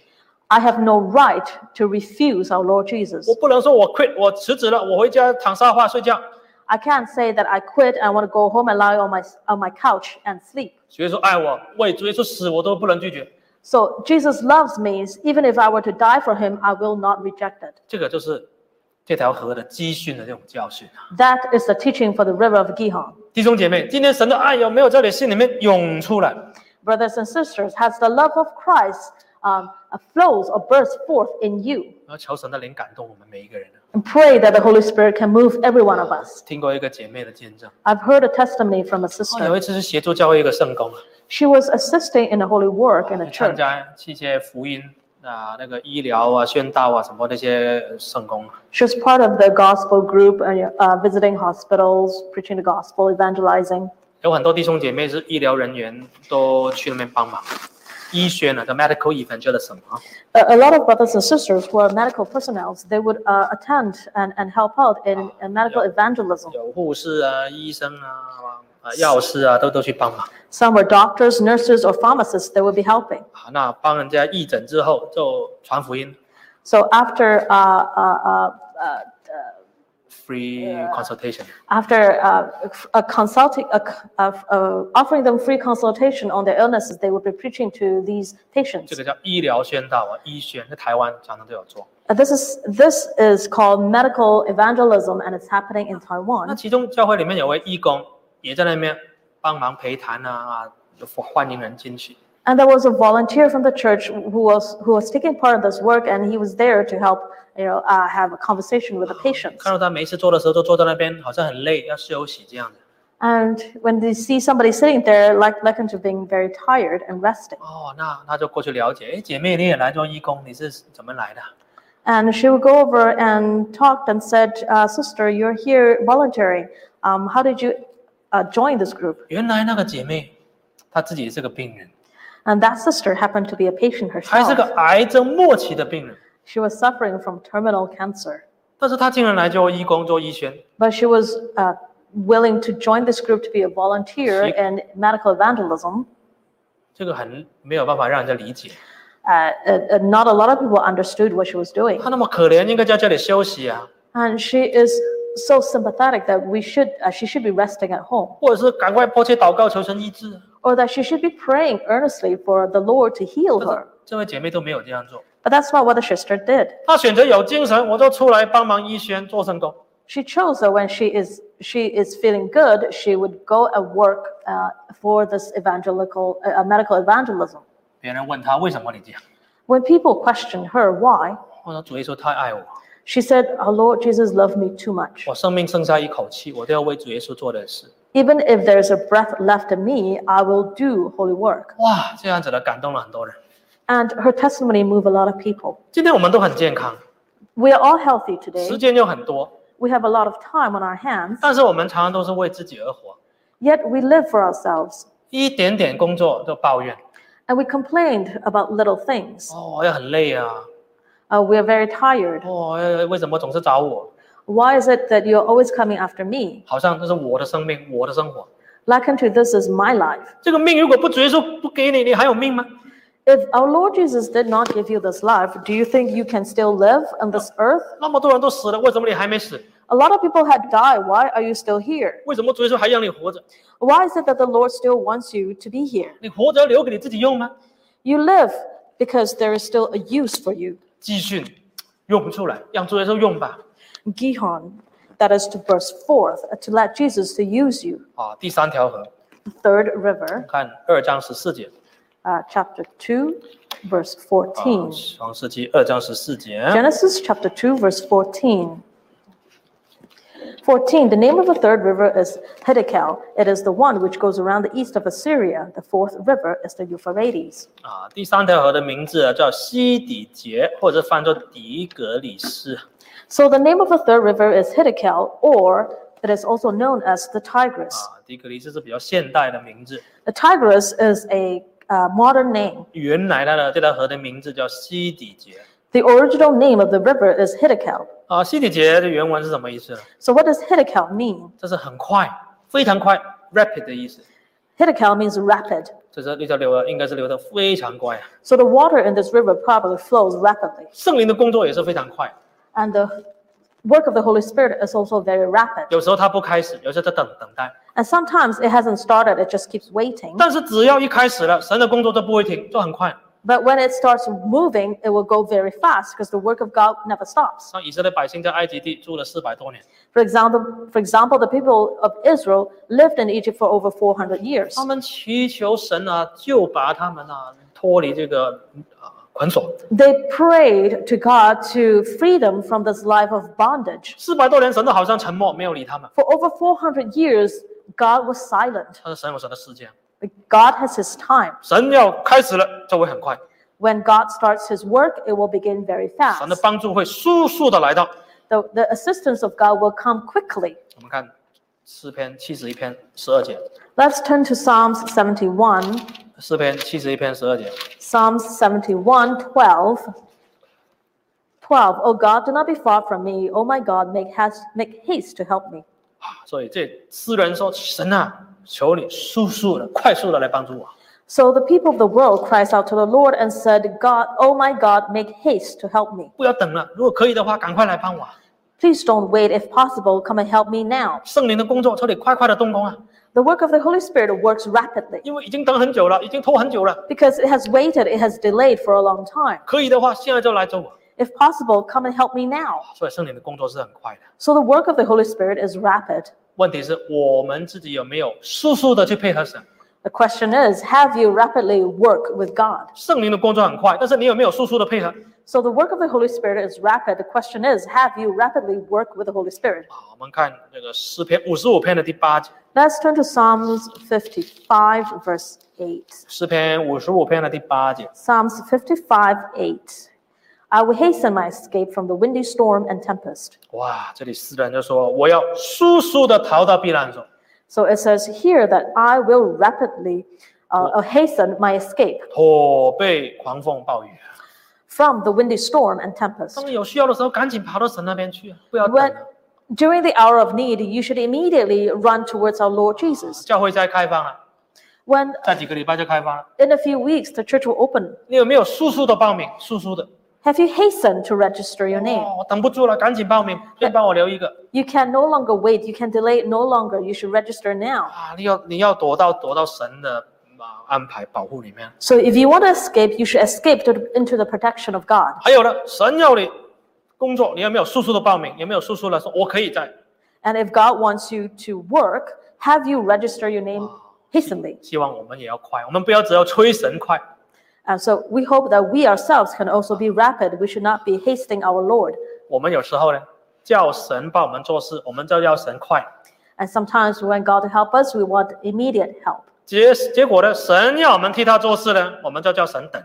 Speaker 2: I have no right to refuse our Lord Jesus.
Speaker 1: 我不能说我 quit，我辞职了，我回家躺沙发睡觉。
Speaker 2: I can't say that I quit and I want to go home and lie on my, on my couch and sleep.
Speaker 1: 主耶稣爱我，为主耶稣死，我都不能拒绝。
Speaker 2: So Jesus loves me. Even if I were to die for him, I will not reject it.
Speaker 1: 这个就是这条河的积训的这种教训啊。
Speaker 2: That is the teaching for the river of Gihon.
Speaker 1: 弟兄姐妹，今天神的爱有没有在你心里面涌出来？
Speaker 2: Brothers and sisters, has the love of Christ um, flows or bursts forth in you?
Speaker 1: 然后求神的灵感动我们每一个人啊。
Speaker 2: And pray that the Holy Spirit can move every one of us.
Speaker 1: 听过一个姐妹的见证，
Speaker 2: I've heard a testimony from a
Speaker 1: 她有
Speaker 2: sister.
Speaker 1: 一次是协助教会一个圣工啊，
Speaker 2: She was assisting in a holy work in a
Speaker 1: 参
Speaker 2: church.
Speaker 1: 加一些福音啊、那个医疗啊、宣道啊什么那些圣工啊。
Speaker 2: She was part of the gospel group and uh, visiting hospitals, preaching the gospel, evangelizing.
Speaker 1: 有很多弟兄姐妹是医疗人员，都去那边帮忙。医学呢，叫 medical evangelism 啊，
Speaker 2: a, a lot of brothers and sisters who are medical personnel, they would uh, attend and, and help out in, in medical evangelism.
Speaker 1: 有护士啊、医生啊、啊药师啊，都都去帮忙。
Speaker 2: Some were doctors, nurses, or pharmacists that would be helping.
Speaker 1: 啊，那帮人家义诊之后就传福音
Speaker 2: So after uh, uh, uh, uh,
Speaker 1: ，free consultation，
Speaker 2: after uh, a consulting, a, a, a- offering them free consultation on their illnesses, they would be preaching to these
Speaker 1: 这
Speaker 2: patients.
Speaker 1: 个叫医疗宣道啊，医宣在台湾常常都有做。
Speaker 2: Uh, This is this is called medical evangelism, and it's happening
Speaker 1: 那
Speaker 2: in Taiwan.
Speaker 1: 其中教会里面有位义工也在那边帮忙陪谈啊啊，就欢迎人进去。
Speaker 2: And there was a volunteer from the church who was who was taking part in this work, and he was there to help, you know, uh, have a conversation with the patients.
Speaker 1: 看到他没事做的时候，就坐在那边，好像很累，要休息这样子。
Speaker 2: And when they see somebody sitting there, like like into being very tired and resting,
Speaker 1: 哦，那他就过去了解，哎，姐妹你也来做义工，你是怎么来的？
Speaker 2: and she would go over and talked and said, uh, "Sister, you're here volunteering. Um, how did you uh, join this group?"
Speaker 1: 原来那个姐妹她自己也是个病人，
Speaker 2: And that sister happened to be a patient
Speaker 1: 还是
Speaker 2: herself.
Speaker 1: 个癌症末期的病人，
Speaker 2: She was suffering from terminal cancer,
Speaker 1: 但是她竟然来做义工做医宣，
Speaker 2: but she was. Uh, willing to join this group to be a volunteer
Speaker 1: She-
Speaker 2: in medical evangelism
Speaker 1: 这个很没有办法让人家理解。
Speaker 2: uh, uh, uh, not a lot of people understood what she was doing.
Speaker 1: 他那么可怜，应该在家里休息啊，
Speaker 2: And she is so sympathetic that we should, uh, she should be resting at home,
Speaker 1: 或者是赶快迫切祷告求神医治。啊
Speaker 2: or that she should be praying earnestly for the Lord to heal
Speaker 1: 但是
Speaker 2: her.
Speaker 1: 这位姐妹都没有这样做，
Speaker 2: But that's not what the sister did.
Speaker 1: 她选择有精神，我就出来帮忙医宣做圣工。
Speaker 2: She chose that when she is she is feeling good, she would go and work uh, for this evangelical uh, uh, medical evangelism.
Speaker 1: 别人问她为什么你这样，
Speaker 2: When people questioned her why,
Speaker 1: 我说主耶稣太爱我，
Speaker 2: she said, "Our Lord Jesus loved me too much.
Speaker 1: 我生命剩下一口气，我都要为主耶稣做的事。
Speaker 2: Even if there is a breath left in me, I will do holy work."
Speaker 1: 哇，这样子的感动了很多人。
Speaker 2: And her testimony moved a lot of people.
Speaker 1: 今天我们都很健康，
Speaker 2: We are all healthy
Speaker 1: 时
Speaker 2: today.
Speaker 1: 间又很多，
Speaker 2: We have a lot of time on our hands,
Speaker 1: 但是我们常常都是为自己而活，
Speaker 2: yet we live for ourselves.
Speaker 1: 一点点工作就抱怨，
Speaker 2: And we complained about little things.
Speaker 1: 哦，我也很累啊，
Speaker 2: Uh, we are very tired.
Speaker 1: 哦，哎为什么总是找我？
Speaker 2: Why is it that you're always coming after me?
Speaker 1: 好像这是我的生命，我的生活。
Speaker 2: Like unto this is my life.
Speaker 1: 这个命如果不主耶稣不给你，你还有命吗？
Speaker 2: If our Lord Jesus did not give you this life, do you think you can still live on this earth?
Speaker 1: 那么多人都死了，为什么你还没死？
Speaker 2: A lot of people had died. Why are you still here?
Speaker 1: 为什么主耶稣还让你活着？
Speaker 2: Why is it that the Lord still wants you to be here?
Speaker 1: 你活着留给你自己用吗？
Speaker 2: You live because there is still a use for you.
Speaker 1: 继续用不出来，让主耶稣用吧。
Speaker 2: Gihon, that is to burst forth, uh, to let Jesus to use you.
Speaker 1: 啊，第三条河，
Speaker 2: The third river,
Speaker 1: 看二章十四节，
Speaker 2: uh, chapter 2, verse
Speaker 1: 啊
Speaker 2: 14.，
Speaker 1: 创世纪二章十四节。
Speaker 2: Genesis chapter 2, verse 14. 14. The name of the third river is Hiddekel. It is the one which goes around the east of Assyria. The fourth river is the Euphrates.
Speaker 1: 啊，第三条河的名字啊叫西底节，或者翻作底格里斯。
Speaker 2: So the name of the third river is Hiddekel, or it is also known as the Tigris.
Speaker 1: 啊，底格里斯是比较现代的名字，
Speaker 2: The Tigris is a uh, modern name.
Speaker 1: 原来它的这条河的名字叫西底节。
Speaker 2: The original name of the river is Hiddekel.
Speaker 1: 啊，西底节的原文是什么意思呢？
Speaker 2: So what does Hiddekel mean?
Speaker 1: 这是很快，非常快，rapid 的意思。
Speaker 2: Hiddekel means rapid.
Speaker 1: 这是那条流啊，应该是流得非常快啊。
Speaker 2: So the water in this river probably flows rapidly.
Speaker 1: 圣灵的工作也是非常快，
Speaker 2: And the work of the Holy Spirit is also very rapid.
Speaker 1: 有时候它不开始，有时候它等等待。
Speaker 2: And sometimes it hasn't started, it just keeps waiting.
Speaker 1: 但是只要一开始了，神的工作就不会停，就很快。
Speaker 2: But when it starts moving, it will go very fast because the work of God never stops.
Speaker 1: 像以色列百姓在埃及地住了四百多年，
Speaker 2: For example, for example, the people of Israel lived in Egypt for over 400 years.
Speaker 1: 他们祈求神啊，就把他们啊脱离这个啊捆锁。
Speaker 2: They prayed to God to free them from this life of bondage.
Speaker 1: 四百多年，神都好像沉默，没有理他们。
Speaker 2: For over 400 years, God was silent.
Speaker 1: 但是神有神的时间，
Speaker 2: But God has his time.
Speaker 1: 神要开始了就会很快，
Speaker 2: When God starts his work, it will begin very
Speaker 1: 神的
Speaker 2: fast.
Speaker 1: 帮助会速速的来到。
Speaker 2: The, the assistance of God will come quickly.
Speaker 1: 我们看诗篇七十一篇十二节，
Speaker 2: Let's turn to Psalms 71.
Speaker 1: 诗篇七十一篇十二节，
Speaker 2: Psalms 71, 12. 12. O God, do not be far from me. O my God, make haste, make haste to help me.
Speaker 1: 啊所以这诗人说：“神啊，求你速速的、快速的来帮助我。
Speaker 2: So the people of the world cries out to the Lord and said, God, O my God, make haste to help me.
Speaker 1: 不要等了，如果可以的话，赶快来帮我啊。
Speaker 2: Please don't wait. If possible, come and help me now.
Speaker 1: 圣灵的工作，求你快快的动工啊，
Speaker 2: The work of the Holy Spirit works rapidly
Speaker 1: 因为已经等很久了，已经拖很久了。
Speaker 2: because it has waited, it has delayed for a long time.
Speaker 1: 可以的话，现在就来找我。
Speaker 2: If possible, come and help me now. ”
Speaker 1: 所以圣灵的工作是很快的。
Speaker 2: So the work of the Holy Spirit is rapid.
Speaker 1: 问题是我们自己有没有速速的去配合神？
Speaker 2: The question is, have you rapidly worked with God?
Speaker 1: 圣灵的工作很快，但是你有没有速速的配合？
Speaker 2: So the work of the Holy Spirit is rapid. The question is, have you rapidly worked with the Holy Spirit?
Speaker 1: 啊，我们看那个诗篇五十五篇的第八节，
Speaker 2: Let's turn to Psalms 55, verse 8.
Speaker 1: 诗篇五十五篇的第八节，
Speaker 2: Psalms 55, 8. I will hasten my escape from the windy storm and tempest.
Speaker 1: 哇，这里诗人就说我要速速的逃到避难所。
Speaker 2: So it says here that I will rapidly uh, uh, hasten my escape
Speaker 1: 躲被狂风暴雨。啊
Speaker 2: from the windy storm and
Speaker 1: 当
Speaker 2: tempest.
Speaker 1: 你有需要的时候，赶紧跑到神那边去，啊不要等
Speaker 2: When
Speaker 1: 了。
Speaker 2: during the hour of need, you should immediately run towards our Lord Jesus.
Speaker 1: 教会在开放了，
Speaker 2: When
Speaker 1: 在几个礼拜就开放了。
Speaker 2: in a few weeks the church will open,
Speaker 1: 你有没有速速的报名？速速的，
Speaker 2: have you hastened to register your name?
Speaker 1: 哦，我等不住了，赶紧报名，再帮我留一个
Speaker 2: You can no longer wait. You can delay it no longer. You should register now.
Speaker 1: 啊！你要你要躲到躲到神的啊安排保护里面。
Speaker 2: So if you want to escape, you should escape to, into the protection of God.
Speaker 1: 还有呢，神要你工作，你有没有速速的报名？有没有速速的说我可以在？
Speaker 2: And if God wants you to work, have you register your name hastily?
Speaker 1: 希望我们也要快，我们不要只要催神快。
Speaker 2: And so we hope that we ourselves can also be rapid. We should not be hasting our Lord.
Speaker 1: 我们有时候呢，叫神帮我们做事，我们就要神快。
Speaker 2: And sometimes when God help us, we want immediate help.
Speaker 1: 结结果呢，神要我们替他做事呢，我们就叫神等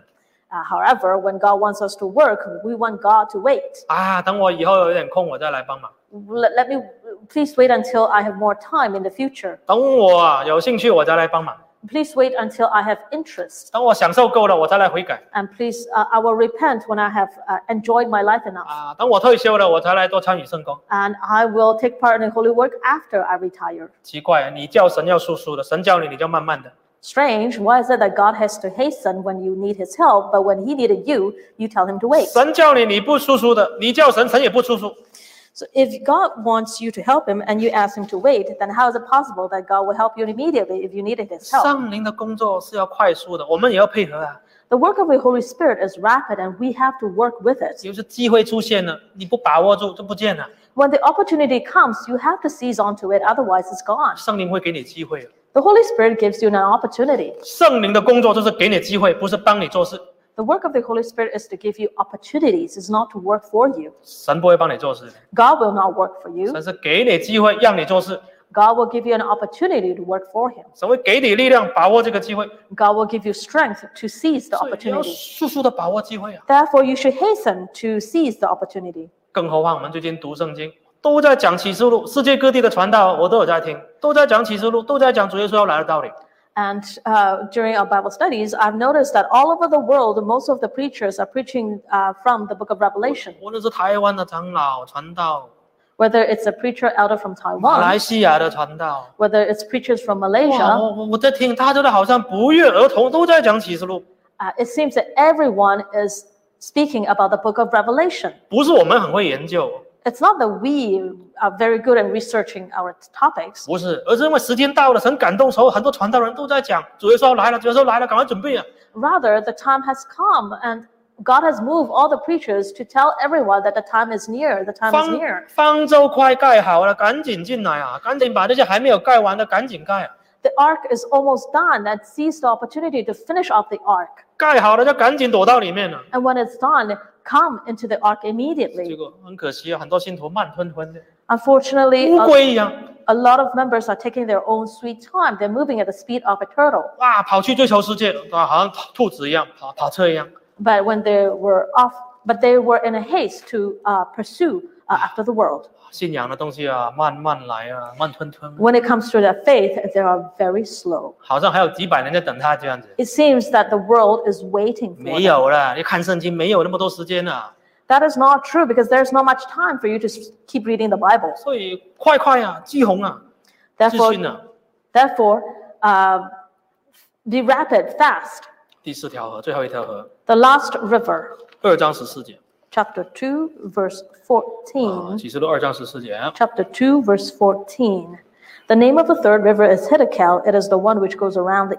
Speaker 2: Uh, however, when God wants us to work, we want God to wait.
Speaker 1: 啊，等我以后有点空，我再来帮忙。
Speaker 2: Let, let me please wait until I have more time in the future.
Speaker 1: 等我啊有兴趣，我再来帮忙。
Speaker 2: Please wait until I have interest.
Speaker 1: 等我享受够了，我再来悔改
Speaker 2: And please, uh, I will repent when I have uh, enjoyed my life enough.
Speaker 1: 啊。等我退休了，我才来多参与圣工。
Speaker 2: And I will take part in the holy work after I retire.
Speaker 1: 奇怪，你叫神要速速的，神叫你你就慢慢的。
Speaker 2: Strange, why is it that God has to hasten when you need his help, but when he needed you, you tell him to wait?
Speaker 1: 神叫你你不速速的，你叫神神也不速速。
Speaker 2: So if God wants you to help him and you ask him to wait, then how is it possible that God will help you immediately if you needed his help?
Speaker 1: 圣灵的工作是要快速的，我们也要配合啊。
Speaker 2: The work of the Holy Spirit is rapid and we have to work with it.
Speaker 1: 有时机会出现了，你不把握住就不见了，
Speaker 2: When the opportunity comes, you have to seize onto it, otherwise it's gone.
Speaker 1: 圣灵会给你机会。
Speaker 2: The Holy Spirit gives you an opportunity.
Speaker 1: 圣灵的工作就是给你机会，不是帮你做事。
Speaker 2: The work of the Holy Spirit is to give you opportunities, it's not to work for you.
Speaker 1: 神不会帮你做事，
Speaker 2: God will not work for you.
Speaker 1: 神是给你机会让你做事，
Speaker 2: God will give you an opportunity to work for Him.
Speaker 1: 神会给你力量把握这个机会，
Speaker 2: God will give you strength to seize the
Speaker 1: 所以你要
Speaker 2: opportunity.
Speaker 1: 速速的把握机会啊！
Speaker 2: Therefore, you should hasten to seize the opportunity.
Speaker 1: 更何况我们最近读圣经，都在讲启示录，世界各地的传道我都有在听，都在讲启示录，都在讲主耶稣要来的道理。
Speaker 2: And uh, during our Bible studies, I've noticed that all over the world, most of the preachers are preaching uh, from the book of Revelation.
Speaker 1: 无论是台湾的长老传道，
Speaker 2: Whether it's a preacher elder from
Speaker 1: 马
Speaker 2: Taiwan,
Speaker 1: 来西亚的传道，
Speaker 2: whether it's preachers from
Speaker 1: 哇，
Speaker 2: Malaysia,
Speaker 1: 我我我在听，大家都好像不约而同都在讲启示录，
Speaker 2: uh, it seems that everyone is speaking about the book of Revelation.
Speaker 1: 不是我们很会研究，
Speaker 2: It's not that we are very good at researching our topics.
Speaker 1: 不是，而是因为时间到了，神感动时候，很多传道人都在讲，主耶稣要来了，主耶稣来了，赶快准备啊！
Speaker 2: Rather, the time has come and God has moved all the preachers to tell everyone that the time is near, the time is
Speaker 1: 方
Speaker 2: near.
Speaker 1: 方舟快盖好了，赶紧进来啊！赶紧把这些还没有盖完的赶紧盖、啊，
Speaker 2: The ark is almost done and seize the opportunity to finish off the ark.
Speaker 1: 盖好了就赶紧躲到里面了、
Speaker 2: And when it's done, come into the ark
Speaker 1: 结
Speaker 2: immediately.
Speaker 1: 果很可惜啊，很多信徒慢吞吞的，
Speaker 2: Unfortunately,
Speaker 1: 乌
Speaker 2: a,
Speaker 1: 龟一样，
Speaker 2: a lot of members are taking their own sweet time. They're moving at the speed of a turtle.
Speaker 1: 哇，跑去追求世界，啊，好像兔子一样，跑跑车一样。
Speaker 2: But when they were off, but they were in a haste to uh, pursue uh, after the world.
Speaker 1: 信仰的东西啊，慢慢来啊，慢吞吞啊，
Speaker 2: When it comes to their faith, they are very slow.
Speaker 1: 好像还有几百年在等他这样子。
Speaker 2: It seems that the world is waiting for
Speaker 1: 没
Speaker 2: them.
Speaker 1: 有了，你看圣经没有那么多时间啊了、
Speaker 2: That is not true because there's not much time for you to s- keep reading the Bible.
Speaker 1: 所以快快啊，激红啊，自信
Speaker 2: Therefore,
Speaker 1: 啊。
Speaker 2: therefore, uh, be rapid, fast.
Speaker 1: 第四条河，最后一条河，
Speaker 2: The last river,
Speaker 1: 二章十四节，
Speaker 2: chapter two, verse
Speaker 1: 啊，
Speaker 2: 14.
Speaker 1: 启示录二章十四节，啊
Speaker 2: Chapter two, verse 14. The name of the third river is Hiddekel. It is the one which goes around the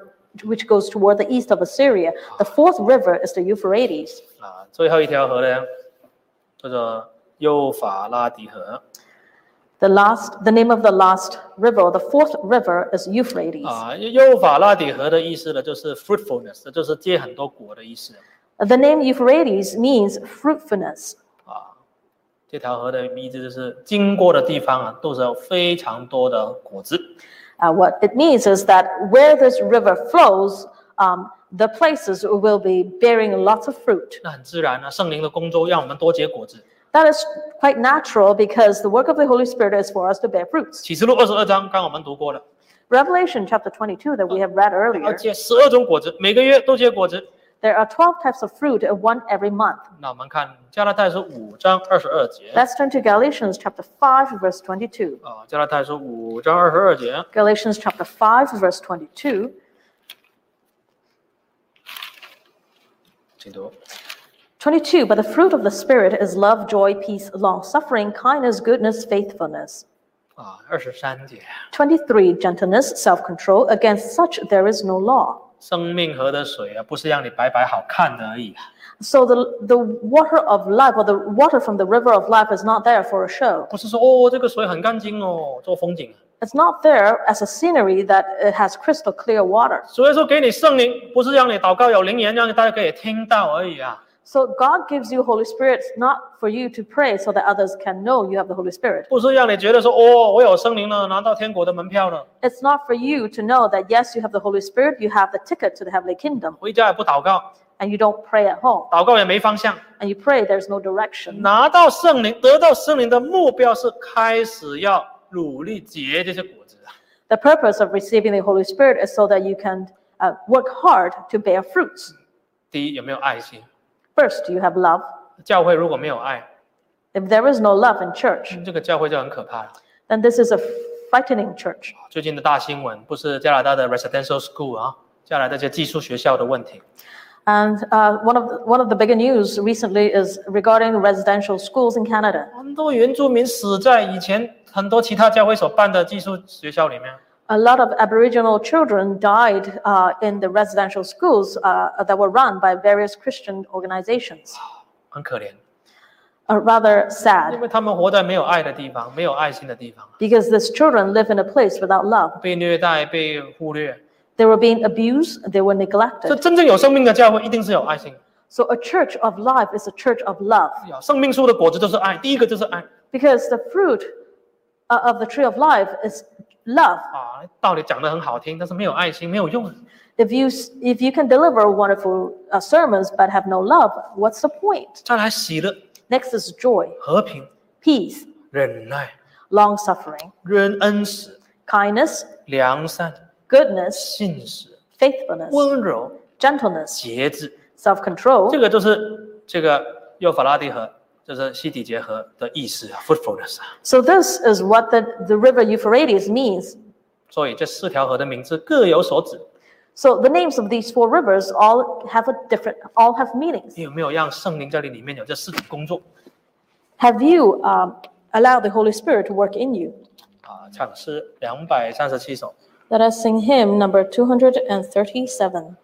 Speaker 2: which goes toward the east of Assyria. The fourth river is the Euphrates.
Speaker 1: 啊，最后一条河呢，叫做幼法拉底河，
Speaker 2: The last, the name of the last river, the fourth river is Euphrates.
Speaker 1: 啊，幼法拉底河的意思呢，就是 fruitfulness，就是结很多果的意思，
Speaker 2: The name Euphrates means fruitfulness.
Speaker 1: 啊，这条河的意思就是经过的地方啊，都是有非常多的果子，
Speaker 2: Uh, what it means is that where this river flows, um, the places will be bearing lots of fruit.
Speaker 1: 那很自然啊，圣灵的工作让我们多结果子。
Speaker 2: That is quite natural because the work of the Holy Spirit is for us to bear fruits.
Speaker 1: 启示录二十二章，刚刚我们读过了，
Speaker 2: Revelation chapter 22 that we have read
Speaker 1: 要
Speaker 2: earlier,
Speaker 1: 结十二种果子，每个月都结果子。
Speaker 2: there are 12 types of fruit, uh, one every month.
Speaker 1: 那我们看加拉太书五章二十二节，
Speaker 2: Let's turn to Galatians chapter 5, verse 22.
Speaker 1: 啊，加拉太书五章二十二节，
Speaker 2: Galatians chapter 5, verse 22.
Speaker 1: 请读。
Speaker 2: 22 but the fruit of the spirit is love joy peace long suffering kindness goodness faithfulness
Speaker 1: 啊，二十三节，
Speaker 2: 23 gentleness self-control against such there is no law
Speaker 1: 生命河的水啊，不是让你白白好看的而已啊，
Speaker 2: so the, the water of life or the water from the river of life is not there for a show
Speaker 1: 不是说哦这个水很干净哦，做风景啊。
Speaker 2: it's not there as a scenery that it has crystal clear water
Speaker 1: 所以说给你圣灵，不是让你祷告有灵言，让大家可以听到而已啊，
Speaker 2: so god gives you holy spirit not for you to pray so that others can know you have the holy spirit
Speaker 1: 不是让你觉得说哦我有圣灵了，拿到天国的门票了，
Speaker 2: it's not for you to know that yes you have the holy spirit you have the ticket to the heavenly kingdom
Speaker 1: 回家也不祷告，
Speaker 2: and you don't pray at home
Speaker 1: 祷告也没方向。
Speaker 2: and you pray there's no direction
Speaker 1: 拿到圣灵，得到圣灵的目标是开始要努力结这些果子啊。
Speaker 2: The purpose of receiving the Holy Spirit is so that you can uh, work hard to bear fruits.
Speaker 1: 第一，有没有爱心？
Speaker 2: First, you have love.
Speaker 1: 教会如果没有爱，
Speaker 2: If there is no love in church,
Speaker 1: 这个教会就很可怕了。
Speaker 2: then this is a frightening church.
Speaker 1: 最近的大新闻不是加拿大的 residential school 啊，加拿大这些寄宿学校的问题。
Speaker 2: And uh, one of the, one of the bigger news recently is regarding residential schools in Canada.
Speaker 1: 很多原住民死在以前很多其他教会所办的寄宿学校里面。
Speaker 2: A lot of Aboriginal children died uh, in the residential schools uh, that were run by various Christian organizations.
Speaker 1: 很可怜，
Speaker 2: Uh, rather
Speaker 1: 因
Speaker 2: sad
Speaker 1: 为他们活在没有爱的地方，没有爱心的地方，
Speaker 2: because these children live in a place without love.
Speaker 1: 被虐待、被忽略。
Speaker 2: They were being abused, they were
Speaker 1: 这
Speaker 2: neglected.
Speaker 1: 真正有生命的教会，一定是有爱心。
Speaker 2: So, a church of life is a church of love
Speaker 1: 有生命树的果子就是爱，第一个就是爱
Speaker 2: because the fruit uh, of the tree of life is love.
Speaker 1: 啊！道理讲得很好听，但是没有爱心没有用。
Speaker 2: If you, s- if you can deliver wonderful uh, sermons but have no love, what's the point?
Speaker 1: 再来喜乐、
Speaker 2: Next is joy,
Speaker 1: 和平、
Speaker 2: peace,
Speaker 1: 忍耐、
Speaker 2: long suffering,
Speaker 1: 恩恩慈、
Speaker 2: kindness,
Speaker 1: 良善、
Speaker 2: goodness,
Speaker 1: 信实、
Speaker 2: faithfulness,
Speaker 1: 温柔、
Speaker 2: gentleness,
Speaker 1: 节制。
Speaker 2: self
Speaker 1: 这
Speaker 2: control.
Speaker 1: 个就是这个幼法拉第河，就是西底结合的意思啊，fruitfulness 啊。
Speaker 2: So, this is what the, the river Euphrates means
Speaker 1: 所以这四条河的名字各有所指，
Speaker 2: So the names of these four rivers all have a different, all have meanings.
Speaker 1: 你有没有让圣灵在你里面有这四种工作
Speaker 2: Have you um, allowed the Holy Spirit to work in you?
Speaker 1: 啊？唱诗两百三十七首。
Speaker 2: Let us sing hymn number 237.